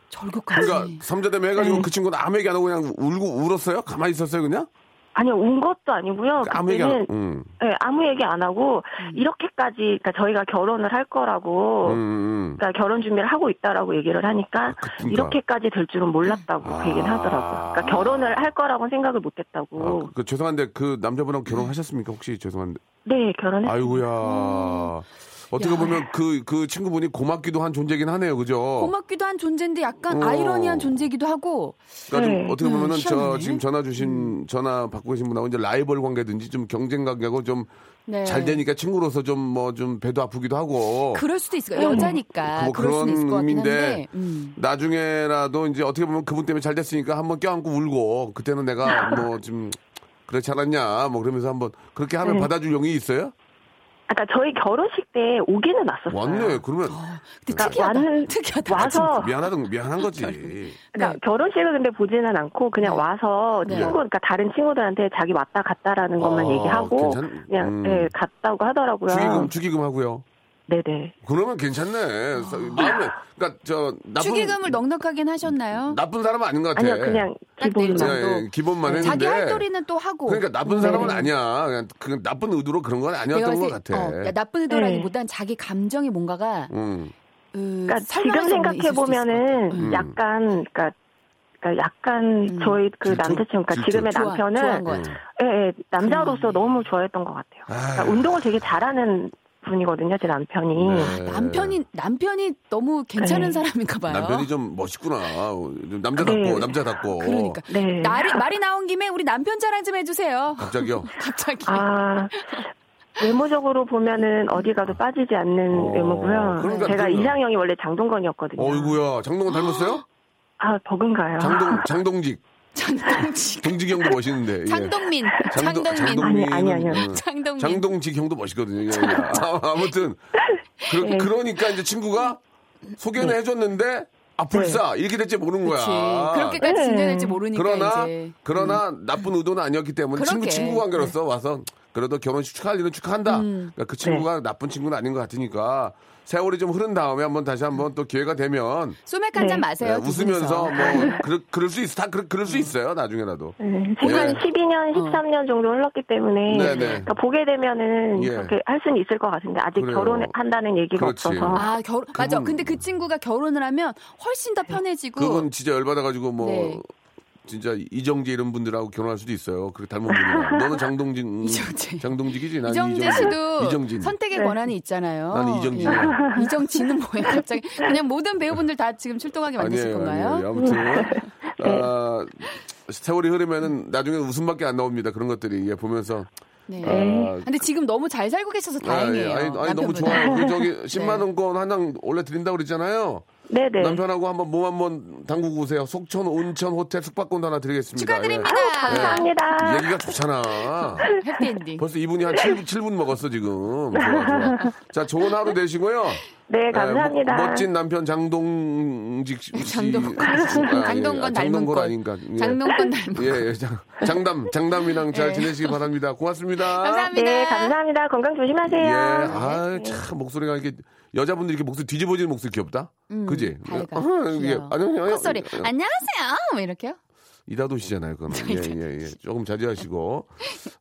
절규까지.
그러니까 삼자대면 해가지고
네.
그 친구는 아무 얘기 안 하고 그냥 울고 울었어요? 가만히 있었어요 그냥?
아니요 운 것도 아니고요.
아무 얘기 안
어, 그때는
하고 음.
네, 아무 얘기 안 하고 이렇게까지 그러니까 저희가 결혼을 할 거라고
음, 음.
그러니까 결혼 준비를 하고 있다라고 얘기를 하니까
그러니까.
이렇게까지 될 줄은 몰랐다고
아.
그 얘기는 하더라고요. 그러니까 결혼을 할 거라고 생각을 못했다고.
아, 그, 그 죄송한데 그 남자분하고 결혼하셨습니까 혹시 죄송한데
네, 음. 결혼을.
아이고야 어떻게 보면 그 그 친구분이 고맙기도 한 존재긴 하네요 그죠?
고맙기도 한 존재인데 약간
어.
아이러니한 존재이기도 하고
그러니까 좀
네.
어떻게 보면은
음,
저
희한하네. 음.
지금 전화 주신 전화 받고 계신 분하고 이제 라이벌 관계든지 좀 경쟁 관계하고 좀 잘
네.
되니까 친구로서 좀 뭐 좀 배도 아프기도 하고
그럴 수도 있을 거예요. 여자니까
뭐
아, 그럴 수는 있을 것
그런
같긴
의미인데
한데. 음.
나중에라도 이제 어떻게 보면 그분 때문에 잘 됐으니까 한번 껴안고 울고 그때는
[laughs]
내가 뭐 좀 그렇지 않았냐 뭐 그러면서 한번 그렇게 하면
네.
받아줄 용이 있어요?
아까 그러니까 저희 결혼식 때 오기는 왔었어요.
아.
왔네 그러면
근데 [laughs]
그러니까
특이하다.
나는
특이하다.
와서-
아, 미안하던 미안한 거지.
그러니까
네.
결혼식을 근데 보지는 않고 그냥
네.
와서
네.
친구, 그러니까 다른 친구들한테 자기 왔다 갔다라는 것만
아,
얘기하고
괜찮-
그냥
음.
네, 갔다고 하더라고요.
축의금 축의금 하고요.
네네.
그러면 괜찮네. 사- 마음에 그러니까 저 나쁜
아. 축의금을 넉넉하긴 하셨나요?
나쁜 사람은 아닌 것 같아.
아니요, 그냥
딱 내일
기본만.
정도.
예, 예, 기본만 했는데.
자기 할 도리는 또 하고.
그러니까 나쁜 사람은 아니야. 그냥 그 나쁜 의도로 그런 건
내가
아니었던
봤을
것
때,
같아.
어, 그러니까 나쁜 의도라기보단 자기 감정이 뭔가가 어,
음.
그,
네. 그러니까 지금 생각해 보면은
음.
약간 그러니까 그러니까 약간
음.
저희 그
질투?
남자친구, 그러니까
질투.
지금의
좋아, 좋아한
남편은
것 같아.
예, 예, 남자로서
그러네.
너무 좋아했던 것 같아요. 그러니까
음. 아유.
운동을 되게 잘하는 분이거든요, 제 남편이.
네.
어, 남편이 남편이 너무 괜찮은
네.
사람인가 봐요.
남편이 좀 멋있구나. 좀 남자답고
네.
남자답고.
그러니까
예.
네.
날이- 말이 나온 김에 우리 남편 자랑 좀 해주세요. [laughs]
갑자기요.
갑자기.
아, 외모적으로 보면은 어디 가도 빠지지 않는
어,
외모고요.
그러니까
제가
그러면-
이상형이 원래 장동건이었거든요.
어이구야. 장동건 닮았어요?
아, 버금가요.
장동 장동직.
장동민.
동직 형도 멋있는데. 예.
장동민.
장동-
장동민.
장동민은,
아니, 아니, 아니요.
음.
장동민.
장동직 형도 멋있거든요. 예, 예. 아, 아무튼 그,
네.
러니까 이제 친구가 소개는 해줬는데 아 불사 이렇게 될지 모르는
그렇지.
거야.
그렇게까지
네.
진전될지 모르니까
그러나
이제. 음.
그러나 나쁜 의도는 아니었기 때문에 친구
그러게. 네.
친구 관계로서 와서 그래도 결혼식 축하할 일은 축하한다.
음.
그러니까 그 친구가 나쁜 친구는 아닌 것 같으니까 세월이 좀 흐른 다음에 한번 다시 한번 또 기회가 되면
소맥 한잔
예,
네.
마세요. 두
웃으면서
분이서.
뭐 그럴, 그럴 수 있어 다 그럴, 그럴 수 있어요 나중에라도.
네,
예.
지금
어.
12년, 13년 정도 흘렀기 때문에
네네.
그러니까 보게 되면은
예.
그렇게 할 수는 있을 것 같은데 아직
그래요.
결혼한다는 얘기가
그렇지.
없어서
[laughs] 아, 결 맞아.
그분-
근데 그 친구가 결혼을 하면 훨씬 더 편해지고
그분 진짜 열받아가지고 뭐
네.
진짜 이정재 이런 분들하고 결혼할 수도 있어요. 그렇게 닮은 분이랑. 너는 장동진
[laughs] 이정재.
장동직이지 난
이정재
이정재.
씨도
이정진.
선택의
네.
권한이 있잖아요.
나는 이정진이야.
예. 이정진은 뭐예요? 갑자기 그냥 모든 배우분들 다 지금 출동하게 만드실 건가요? 네.
아니에요. 아무튼 아, 세월이 흐르면은 나중에 웃음밖에 안 나옵니다. 그런 것들이 예, 보면서
네.
아,
근데 지금 너무 잘 살고 계셔서 다행이에요.
아, 예. 아니, 아니, 너무
남편보다. 네.
좋아요. 그
[laughs]
저기 10만 원권 한장 원래 드린다고 그랬잖아요.
네네.
남편하고 한번 몸 한번 담그고 오세요. 속천 온천 호텔 숙박권도 하나 드리겠습니다.
축하드립니다. 네.
예.
감사합니다.
얘기가 좋잖아.
해피엔딩. [laughs]
벌써 이분이 한 7, 분 먹었어 지금. 좋아, 좋아. 자, 좋은 하루 되시고요.
네, 감사합니다.
예, 멋- 멋진 남편 장동직 씨.
장동건.
아,
[laughs] 장동건 닮은
장동건
꼴.
아닌가. 예.
장동건 닮은
예, 예, 장, 장담, 장담이랑 잘
예.
지내시기 바랍니다. 고맙습니다.
감사합니다. 네.
네, 감사합니다. 건강 조심하세요.
예, 아, 참, 목소리가 이렇게, 여자분들이 이렇게 목소리 뒤집어지는 목소리 귀엽다? 그지?
밝아.
어,
귀여워.
이게, 안녕하세요.
음,
예.
콧소리. 안녕하세요. 뭐 이렇게요?
이다도시잖아요, 그건.
네,
예, 예, 예. 조금 자제하시고.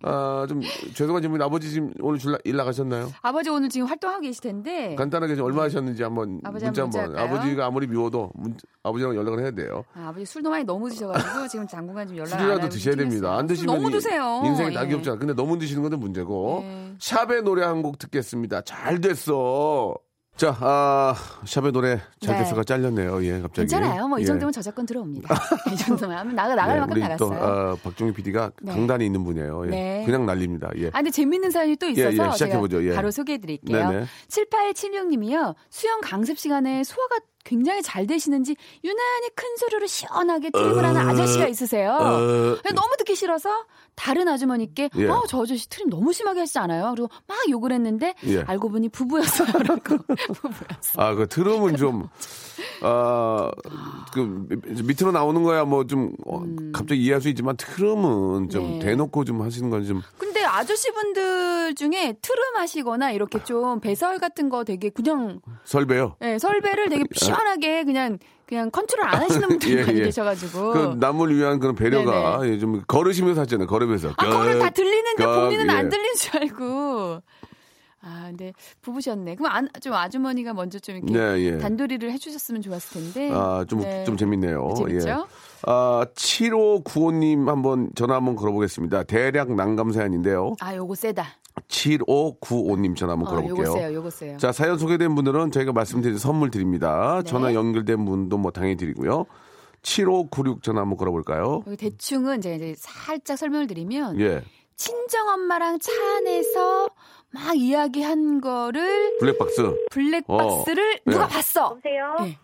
아, 좀, 죄송한 질문, 아버지 지금 오늘 줄, 나- 일 나가셨나요?
아버지 오늘 지금 활동하고 계실 텐데.
간단하게 좀 얼마 하셨는지 한번
아버지
문자
한번
한번.
문자 할까요?
아버지가 아무리 미워도 문- 아버지랑 연락을 해야 돼요.
아, 아버지 술도 많이 너무
[laughs]
드셔가지고 지금 당분간 좀 연락 안
술이라도
하고
드셔야 됩니다. 안 드시면
너무
이-
드세요.
인생이
예.
낙이 없잖아. 근데 너무 드시는 건 문제고.
예.
샵의 노래 한 곡 듣겠습니다. 잘 됐어. 자, 아, 샵의 노래 잘
네.
됐어가 잘렸네요. 예, 갑자기.
괜찮아요. 뭐 이
예.
정도면
[laughs]
저작권 들어옵니다. [laughs] 이 정도면 하면 나가 나갈
예,
만큼
우리
나갔어요.
또 아, 박종희 PD가
네.
강단이 있는 분이에요. 예.
네.
그냥 날립니다. 예.
아, 근데 재밌는 사연이 또 있어서
예, 예, 시작해보죠. 예.
제가 바로 소개해드릴게요.
네네.
7876님이요. 수영 강습 시간에 소화가 굉장히 잘 되시는지 유난히 큰 소리로 시원하게 트림을 하는
어,
아저씨가 있으세요. 근데 너무 듣기 싫어서 다른 아주머니께
예.
어, 저 아저씨 트림 너무 심하게 하시지 않아요? 그리고 막 욕을 했는데
예.
알고 보니 부부였어요. 그러고 [laughs] 부부였어.
아, 그 트럼은 좀, 아, 그 밑- 밑으로 나오는 거야 뭐 좀 갑자기 이해할 수 있지만 트럼은 좀
음. 네.
대놓고 좀 하시는 건 좀.
근데 아저씨분들 중에 트름 하시거나 이렇게 좀 배설 같은 거 되게 그냥
설배요.
예, 설배를 되게 시원하게 그냥 그냥 컨트롤 안 하시는 분들이
아. 예,
많이
예.
계셔가지고
그 남을 위한 그런 배려가 예, 좀 걸으시면서 하잖아요. 걸으면서.
아 거를 다
걷,
들리는데
걷,
본인은
예.
안 들린 줄 알고 아 근데 부부셨네 그럼 안, 좀 아주머니가 먼저 좀 이렇게
네, 예.
단도리를 해주셨으면 좋았을 텐데
아, 좀,
네.
좀 재밌네요.
재밌죠?
예. 아, 7595님 한번 전화 한번 걸어보겠습니다. 대략 난감 사연인데요.
아 요거 세다
7595님 전화 한번
어,
걸어볼게요.
요거 세요 요거 네. 세요
자, 사연 소개된 분들은 저희가 말씀드린 선물 드립니다. 전화 연결된 분도 뭐 당연히 드리고요. 7596 전화 한번 걸어볼까요?
여기 대충은 제가 이제 살짝 설명을 드리면
예.
친정엄마랑 차 안에서 막 이야기한 거를
블랙박스.
블랙박스를
어,
누가
예.
봤어
보세요.
예.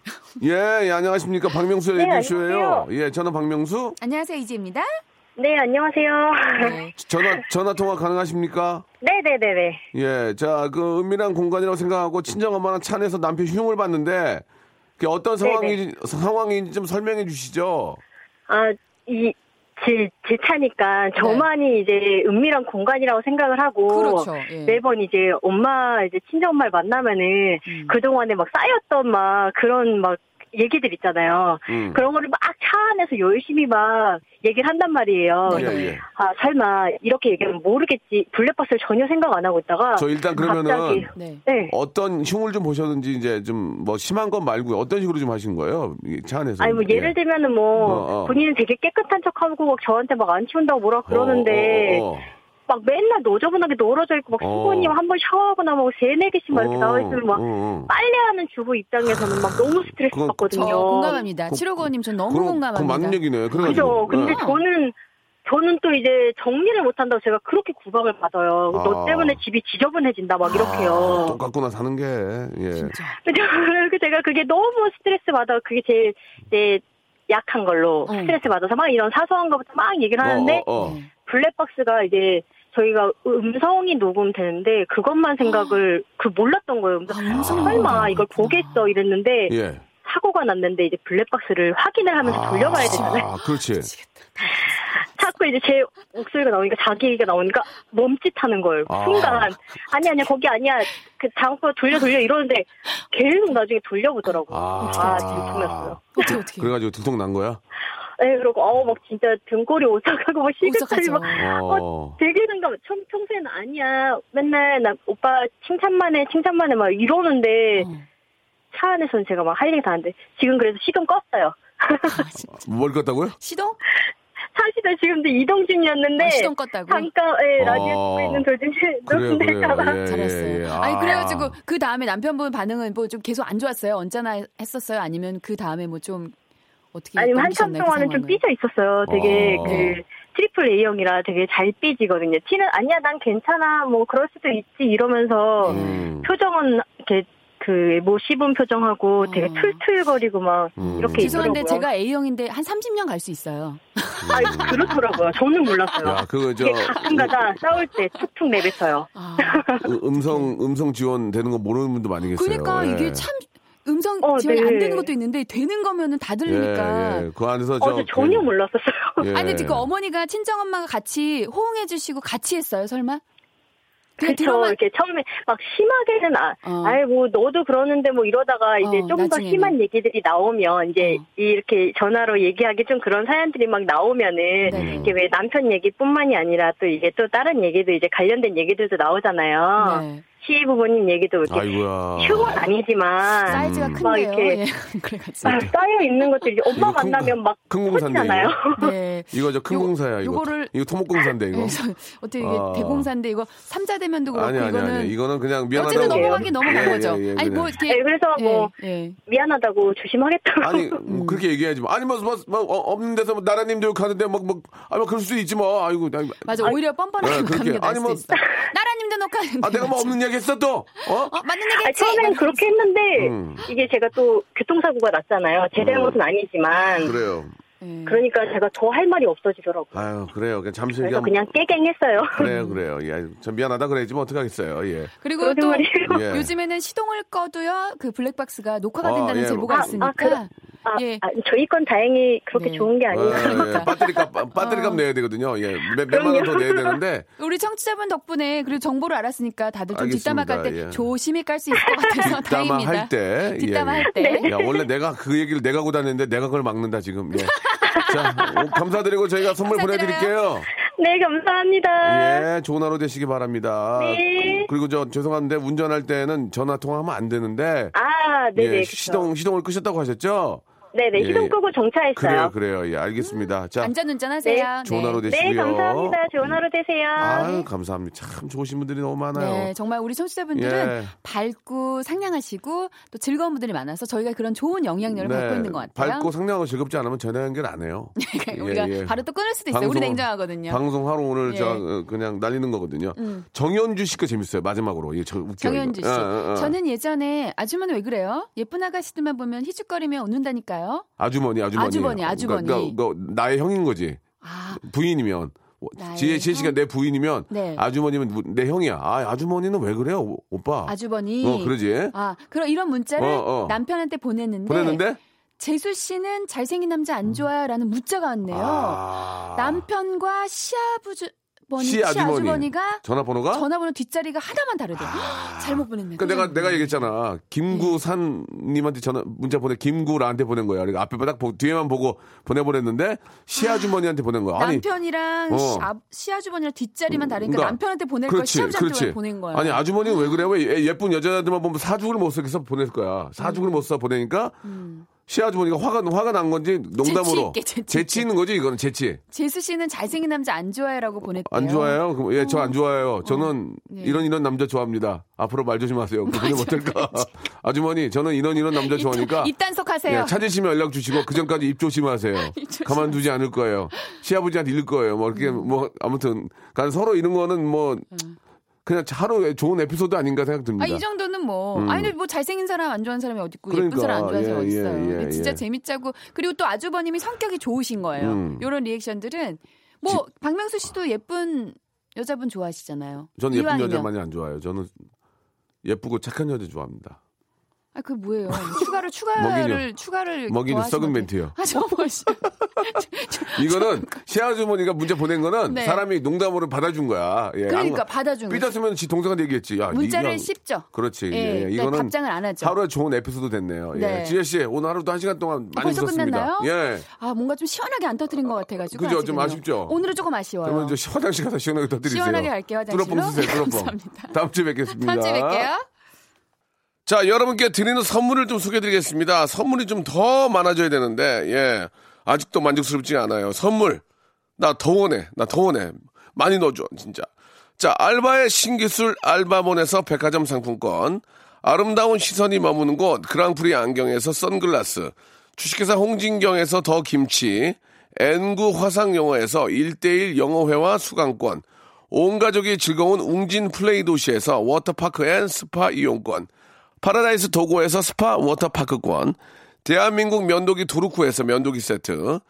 예, 예, 안녕하십니까. 박명수 의
네,
라디오쇼예요
안녕하세요.
예, 저는 박명수.
안녕하세요 이지입니다
네, 안녕하세요. [laughs]
네.
전화, 전화 통화 가능하십니까?
네네네네.
예, 자, 그 은밀한 공간이라고 생각하고 친정엄마랑 차 안에서 남편 흉을 봤는데 그게 어떤 상황인지, 상황인지 좀 설명해 주시죠.
아, 이, 제, 제 차니까 저만이 이제 은밀한 공간이라고 생각을 하고.
네. 그렇죠 예.
매번 이제 엄마, 이제 친정엄마를 만나면은
음.
그동안에 막 쌓였던 막 그런 막 얘기들 있잖아요.
음.
그런 거를 막 차 안에서 열심히 막 얘기를 한단 말이에요.
예, 예.
아, 설마 이렇게 얘기하면 모르겠지. 블랙박스를 전혀 생각 안 하고 있다가.
저 일단 그러면은
아, 갑자기.
네.
네.
어떤 흉을 좀 보셨는지 이제 좀 뭐 심한 건 말고요. 어떤 식으로 좀 하신 거예요? 이차 안에서.
아니 뭐 예를 들면은 뭐
어, 어.
본인은 되게 깨끗한 척하고 막 저한테 막 안 치운다고 뭐라 그러는데
어, 어, 어.
막 맨날 노저분하게 노러져 있고 막
어.
수건이 한 번 샤워하고 나면 막 세네 개씩 막뭐 이렇게
어,
나와 있으면 막
어, 어.
빨래하는 주부 입장에서는 막 너무 스트레스
그건-
저
받거든요.
공감합니다. 7호고님 저 너무
그럼-
공감합니다.
그건 맞는 얘기네요.
그죠?
그래가지고.
근데
예.
저는 저는 또 이제 정리를 못 한다고 제가 그렇게 구박을 받아요. 너
아.
때문에 집이 지저분해진다 막
아,
이렇게요.
똑같구나 사는 게. 예.
진짜.
그죠? 그래서 제가 그게 너무 스트레스 받아 그게 제일 제 약한 걸로
응.
스트레스 받아서 막 이런 사소한 것부터 막 얘기를 하는데
어, 어, 어.
네.
블랙박스가 이제 저희가 음성이 녹음되는데 그것만 생각을 그 몰랐던 거예요. 그래서
아, 음성이
설마
녹음되는구나.
이걸 보겠어
네.
이랬는데
예.
사고가 났는데 이제 블랙박스를 확인을 하면서 돌려봐야 되잖아요. [laughs]
아, 그렇지.
자꾸 이제 제 목소리가 나오니까 자기 얘기가 나오니까 멈칫하는 거예요.
아.
순간 아니 아니야 거기 아니야 그 다음 거 돌려 돌려 이러는데 계속 나중에 돌려보더라고. 요
아.
아 들통났어요.
어떻게 어떻게.
그래가지고 들통 난 거야?
네 그러고 어막 진짜 등골이 오싹하고 막 시급하지
오싹하죠.
막
어.
되게 생각, 평, 평소에는 아니야. 맨날 나 오빠 칭찬만 해, 칭찬만 해, 막 이러는데,
어.
차 안에서는 제가 막 할 얘기 다 하는데, 지금 그래서 시동 껐어요.
아, 진짜.
뭘 껐다고요?
시동?
사실은 지금도 이동 중이었는데,
아, 시동 껐다고.
잠깐, 예, 라디오
어.
듣고 있는 도중에
그래요,
녹음될까봐.
그래요. 예,
잘했어요.
예, 예.
아. 니
아.
그래가지고 그 다음에 남편분 반응은 뭐 좀 계속 안 좋았어요. 언제나 했었어요. 아니면 그 다음에 뭐 좀 어떻게
아니면 한참
넘기셨나요,
동안은
그
좀
상황을?
삐져 있었어요. 되게
어.
그 트리플 A형이라 되게 잘 삐지거든요. 티는 아니야, 난 괜찮아, 뭐 그럴 수도 있지 이러면서
음.
표정은 이렇게 그 뭐 씹은 표정하고 되게
어.
툴툴거리고 막
음.
이렇게
죄송한데
있더라고요.
제가 A형인데 한 30년 갈 수 있어요.
아 그렇더라고요. 저는 몰랐어요.
야, 그거 저. 뭐
이게 가끔가다 싸울 때 툭툭 내뱉어요.
아,
음- 음성 음성 지원 되는 거 모르는 분도 많이 계세요.
그러니까
예.
이게 참 음성
어,
지원이
네.
안 되는 것도 있는데 되는 거면은 다 들리니까.
예, 예. 그 안에서 저
어제 전혀
그-
몰랐었어요.
예.
그러니까. 아니 근데 그 어머니가 친정 엄마가 같이 호응해 주시고 같이 했어요. 설마? [laughs] 그
그렇죠. 이렇게 처음에 막 심하게는 아,
어.
아이 뭐 너도 그러는데 뭐 이러다가 이제
어,
조금 더
나중에는.
심한 얘기들이 나오면 이제
어.
이렇게 전화로 얘기하기 좀 그런 사연들이 막 나오면은
네네.
이게 왜 남편 얘기뿐만이 아니라 또 이게 또 다른 얘기도 이제 관련된 얘기들도 나오잖아요.
네.
시부모님 얘기도 이렇게
아이고야.
휴건 음. 아니지만
사이즈가
막
큰데요.
이렇게
예. [laughs] 그래가지고.
막 쌓여 있는 것들이 엄마
이거 큰-
만나면 막
큰 공사인데,
꽂잖아요.
네.
이거 저 큰
요-
공사야 이거.
요거를- 음,
이거 토목공사인데 이거.
그래서 어떻게 이게
아.
대공사인데 이거 삼자대면도 그렇고
아니 아니
이거는
아니. 이거는 그냥 미안하다고.
어쨌든 넘어가긴 넘어간
예,
거죠.
예, 예,
아니 뭐
그냥.
이렇게
네, 그래서 뭐
예, 예.
미안하다고 조심하겠다고.
아니 뭐 그렇게 얘기하지 마. 아니 뭐, 뭐, 뭐 어, 없는 데서 뭐 나라님 도욕하는데 뭐뭐 아니 뭐 그럴 수도 있지 뭐. 아이고 나
맞아 오히려
예,
뻔뻔하게
그렇게.
욕하는 게 나을
아니,
수도
뭐-
있어. 나라님도 녹화하는데.
아 내가 뭐 없는 얘기 했어 또. 어?
어 맞는 얘기
아,
했지?
처음에는
이러면서.
그렇게 했는데
음.
이게 제가 또 교통사고가 났잖아요. 제 잘못은 아니지만
그래요.
예.
그러니까 제가 더 할 말이 없어지더라고요.
아유 그래요. 그냥 잠시
그래서
그냥
그냥 깨갱했어요.
그래요 그래요. 예. 참 미안하다 그래야지 뭐 어떡하겠어요. 예.
그리고
그런
또
말이에요.
예.
요즘에는 시동을 꺼도요 그 블랙박스가 녹화가
아,
된다는
예.
제보가
아, 아,
있으니까
그래. 아,
예.
아, 저희 건 다행히 그렇게
네.
좋은 게
아,
아니에요.
예. 배터리값
어.
배터리값 내야 되거든요. 예. 몇, 몇만 원 더 내야
[laughs]
되는데
우리 청취자분 덕분에 그리고 정보를 알았으니까 다들 좀
알겠습니다.
뒷담화 깔 때
예.
조심히 깔 수 있을 것
뒷담화
같아서 다행입니다.
할 때.
뒷담화
예, 예.
할
네.
때.
야, 원래 내가 그 얘기를 내가 하고 다녔는데 내가 그걸 막는다, 지금. 예. 자, 오, 감사드리고 저희가 선물
감사드려요. 아.
보내드릴게요.
[laughs] 네, 감사합니다.
예, 좋은 하루 되시기 바랍니다.
네.
그리고 저 죄송한데 운전할 때는 전화 통화하면 안 되는데.
아, 네네.
예,
그쵸.
시동, 시동을 끄셨다고 하셨죠?
네네,
예, 예.
시동 끄고
그래요,
정차했어요.
그래요. 예, 알겠습니다. 자,
음, 안전운전 하세요.
좋은 하루 되시고요.
네, 감사합니다. 좋은 하루 되세요.
아유, 감사합니다. 참 좋으신 분들이 너무 많아요.
네, 정말 우리 청취자분들은
예.
밝고 상냥하시고 또 즐거운 분들이 많아서 저희가 그런 좋은 영향력을
네,
받고 있는 것 같아요. [laughs] 네.
밝고 상냥하고 즐겁지 않으면 전화 연결 안 해요.
우리가
예, 예.
바로 또 끊을 수도 있어요. 우리
방송은-
냉정하거든요.
방송하러 오늘
예. 음.
저 어, 그냥 날리는 거거든요. 정현주 씨가 재밌어요. 마지막으로. 예, 저 웃겨요.
정현주 씨.
이거. 예, 예, 예.
저는 예전에 아주머니 왜 그래요? 예쁜 아가씨들만 보면 희죽거리며 웃는다니까요.
아주머니, 아주머니.
아주머니, 아주머니.
그러니까, 그러니까 나의 형인 거지.
아,
부인이면. 뭐,
나의
지혜, 지혜 씨가
형?
내 부인이면
네.
아주머니면 무- 내 형이야. 아, 아주머니는 왜 그래요, 오- 오빠?
아주머니.
어, 그러지.
아, 네. 그럼 이런 문자를
어, 어.
남편한테 보냈는데,
보냈는데?
재수 씨는 잘생긴 남자 안 좋아요라는 문자가 왔네요.
아.
남편과 시아부주머니,
시 아주머니.
시아주머니가
전화번호가?
전화번호 뒷자리가 하나만 다르대요. 헉, 잘못 보냈네.
어? 그러니까 내가 내가 얘기했잖아. 김구산님한테 전화 문자 보내 김구라한테 보낸 거야. 그러니까 앞에 딱 보- 뒤에만 보고 보내보냈는데 시아주머니한테 보낸 거야. 아니
남편이랑
어.
시, 아, 주머니랑 뒷자리만 다르니까
그러니까
남편한테 보낼 걸 시아버지한테 보낸 거야. 음.
아니 아주머니는 왜 그래? 왜 예- 예쁜 여자들만 보면 사죽을 못 써서 보낼 거야.
음.
사죽을 못 써 보내니까 시아주머니가 화가 화가 난 건지 농담으로
재치 있게, 재치 있게.
있는 거지 이거는 재치.
재수 씨는 잘생긴 남자 안 좋아해라고 보냈대요. 어. 예.
안 좋아해요? 그럼 예, 저 안 좋아해요. 저는 이런 이런 남자 좋아합니다. 앞으로 말 조심하세요. 그분이
[laughs]
어떨까? 아주머니, 저는 이런 이런 남자 좋아하니까
입단속하세요.
예, 찾으시면 연락 주시고 그 전까지 입
[laughs]
조심하세요. 가만두지 않을 거예요. 시아버지한테 잃을 거예요. 뭐 이렇게 뭐 아무튼 간 서로 이런 거는 뭐 그냥 하루 좋은 에피소드 아닌가 생각됩니다.
음.
음.
아, 이 정도는 뭐. 아니, 근데 뭐 잘생긴 사람, 안 좋아하는 사람이 어딨고,
그러니까,
예쁜 사람, 안 좋아하는 사람이
예,
어딨어요.
예, 예,
근데 진짜
예.
재밌자고. 그리고 또 아주버님이 성격이 좋으신 거예요.
음.
요런 리액션들은. 뭐, 박명수 씨도 예쁜 여자분 좋아하시잖아요.
저는 예쁜
이완이요.
여자 많이 안 좋아해요. 저는 예쁘고 착한 여자 좋아합니다.
아, 그 뭐예요? 추가로, 추가를,
[laughs] 먹이죠.
추가를.
먹이는
더하신
썩은
건데.
멘트요. 네,
아, 저거 씨. [laughs]
이거는 시아주머니가 문자 보낸 거는
네.
사람이 농담으로 받아준 거야. 예,
그러니까
안-
받아준 거죠.
삐졌으면 지 동생한테 얘기했지. 야,
문자를
니가-
씹죠.
그렇지.
예,
예, 예.
그러니까
이거는
답장을 안 하죠.
하루에 좋은 에피소드 됐네요.
네.
예. 지혜 씨, 오늘 하루도 한 시간 동안 많이
벌써
웃었습니다.
끝났나요?
예.
아, 뭔가 좀 시원하게 안 터뜨린 것 같아가지고.
그죠? 좀
아직은요.
아쉽죠?
오늘은 조금 아쉬워요.
그러면 이제 화장실 가서 시원하게 터뜨리세요.
시원하게 갈게요, 화장실로.
뚫어뻥 쓰세요, 뚫어뻥.
[laughs] 감사합니다.
다음 주에 뵙겠습니다.
다음 주에 뵐게요.
자, 여러분께 드리는 선물을 좀 소개드리겠습니다. 선물이 좀 더 많아져야 되는데, 예. 아직도 만족스럽지 않아요. 선물. 나 더 원해. 나 더 원해. 많이 넣어줘, 진짜. 자, 알바의 신기술 알바몬에서 백화점 상품권. 아름다운 시선이 머무는 곳, 그랑프리 안경에서 선글라스. 주식회사 홍진경에서 더 김치. N구 화상영어에서 1대1 영어회화 수강권. 온 가족이 즐거운 웅진 플레이 도시에서 워터파크 앤 스파 이용권. 파라다이스 도고에서 스파 워터파크권, 대한민국 면도기 도르쿠에서 면도기 세트,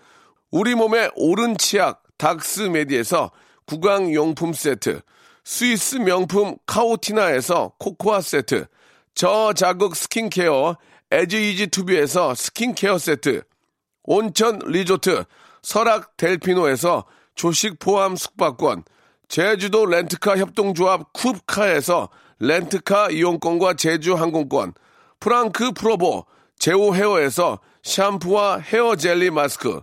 우리 몸의 오른 치약 닥스메디에서 구강용품 세트, 스위스 명품 카오티나에서 코코아 세트, 저자극 스킨케어 에지이지 투비에서 스킨케어 세트, 온천 리조트 설악 델피노에서 조식 포함 숙박권, 제주도 렌트카 협동조합 쿱카에서 렌트카 이용권과 제주 항공권, 프랑크 프로보 제오 헤어에서 샴푸와 헤어 젤리 마스크,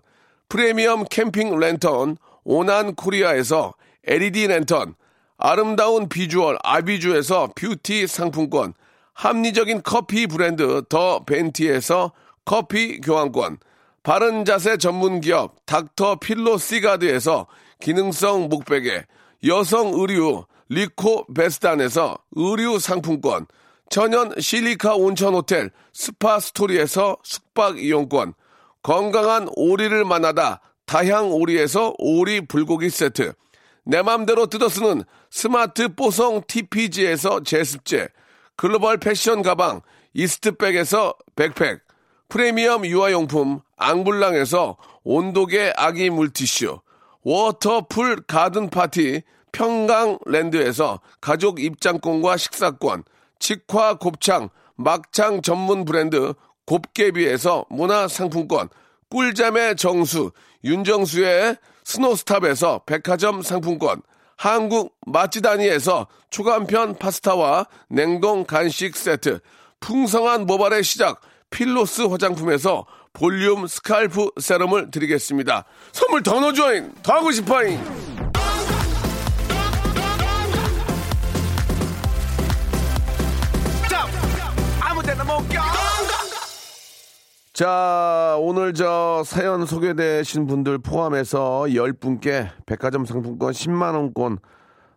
프리미엄 캠핑 랜턴 오난 코리아에서 LED 랜턴, 아름다운 비주얼 아비주에서 뷰티 상품권, 합리적인 커피 브랜드 더 벤티에서 커피 교환권, 바른 자세 전문 기업 닥터 필로 시가드에서 기능성 목베개, 여성 의류 리코 베스단에서 의류 상품권, 천연 실리카 온천 호텔 스파 스토리에서 숙박 이용권, 건강한 오리를 만나다 다향 오리에서 오리 불고기 세트, 내 맘대로 뜯어 쓰는 스마트 뽀송 TPG에서 제습제, 글로벌 패션 가방 이스트백에서 백팩, 프리미엄 유아용품 앙블랑에서 온도계 아기 물티슈, 워터풀 가든 파티 평강랜드에서 가족 입장권과 식사권, 직화 곱창 막창 전문 브랜드 곱개비에서 문화상품권, 꿀잠의 정수 윤정수의 스노스탑에서 백화점 상품권, 한국 맛지다니에서 초간편 파스타와 냉동 간식 세트, 풍성한 모발의 시작 필로스 화장품에서 볼륨 스칼프 세럼을 드리겠습니다. 선물 더 넣어줘잉! 더 하고 싶어잉! 자, 오늘 저 사연 소개되신 분들 포함해서 10분께 백화점 상품권 10만원권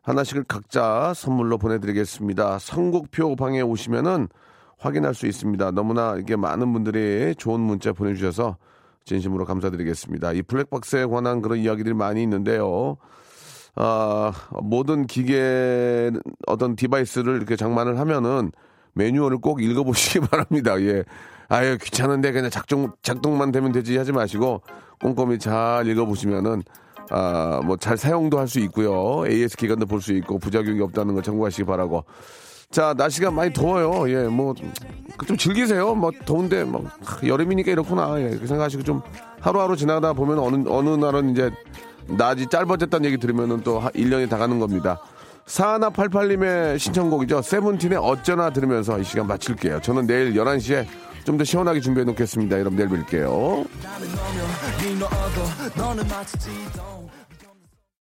하나씩을 각자 선물로 보내드리겠습니다. 선곡표 방에 오시면은 확인할 수 있습니다. 너무나 이렇게 많은 분들이 좋은 문자 보내주셔서 진심으로 감사드리겠습니다. 이 블랙박스에 관한 그런 이야기들이 많이 있는데요. 아, 모든 기계 어떤 디바이스를 이렇게 장만을 하면은 매뉴얼을 꼭 읽어보시기 [laughs] 바랍니다. 예. 아유, 귀찮은데 그냥 작동, 작동만 되면 되지 하지 마시고 꼼꼼히 잘 읽어보시면은 아, 뭐 잘 사용도 할 수 있고요. AS 기간도 볼 수 있고 부작용이 없다는 걸 참고하시기 바라고. 자, 날씨가 많이 더워요. 예, 뭐, 그좀 즐기세요. 뭐, 더운데, 뭐, 하, 여름이니까 이렇구나. 예, 이렇게 생각하시고 좀 하루하루 지나다 보면 어느, 어느 날은 이제 낮이 짧아졌다는 얘기 들으면은 또 하- 1년이 다 가는 겁니다. 4188님의 신청곡이죠. 세븐틴의 어쩌나 들으면서 이 시간 마칠게요. 저는 내일 11시에 좀 더 시원하게 준비해 놓겠습니다. 여러분 내일 뵐게요.
네 너는 마치 지도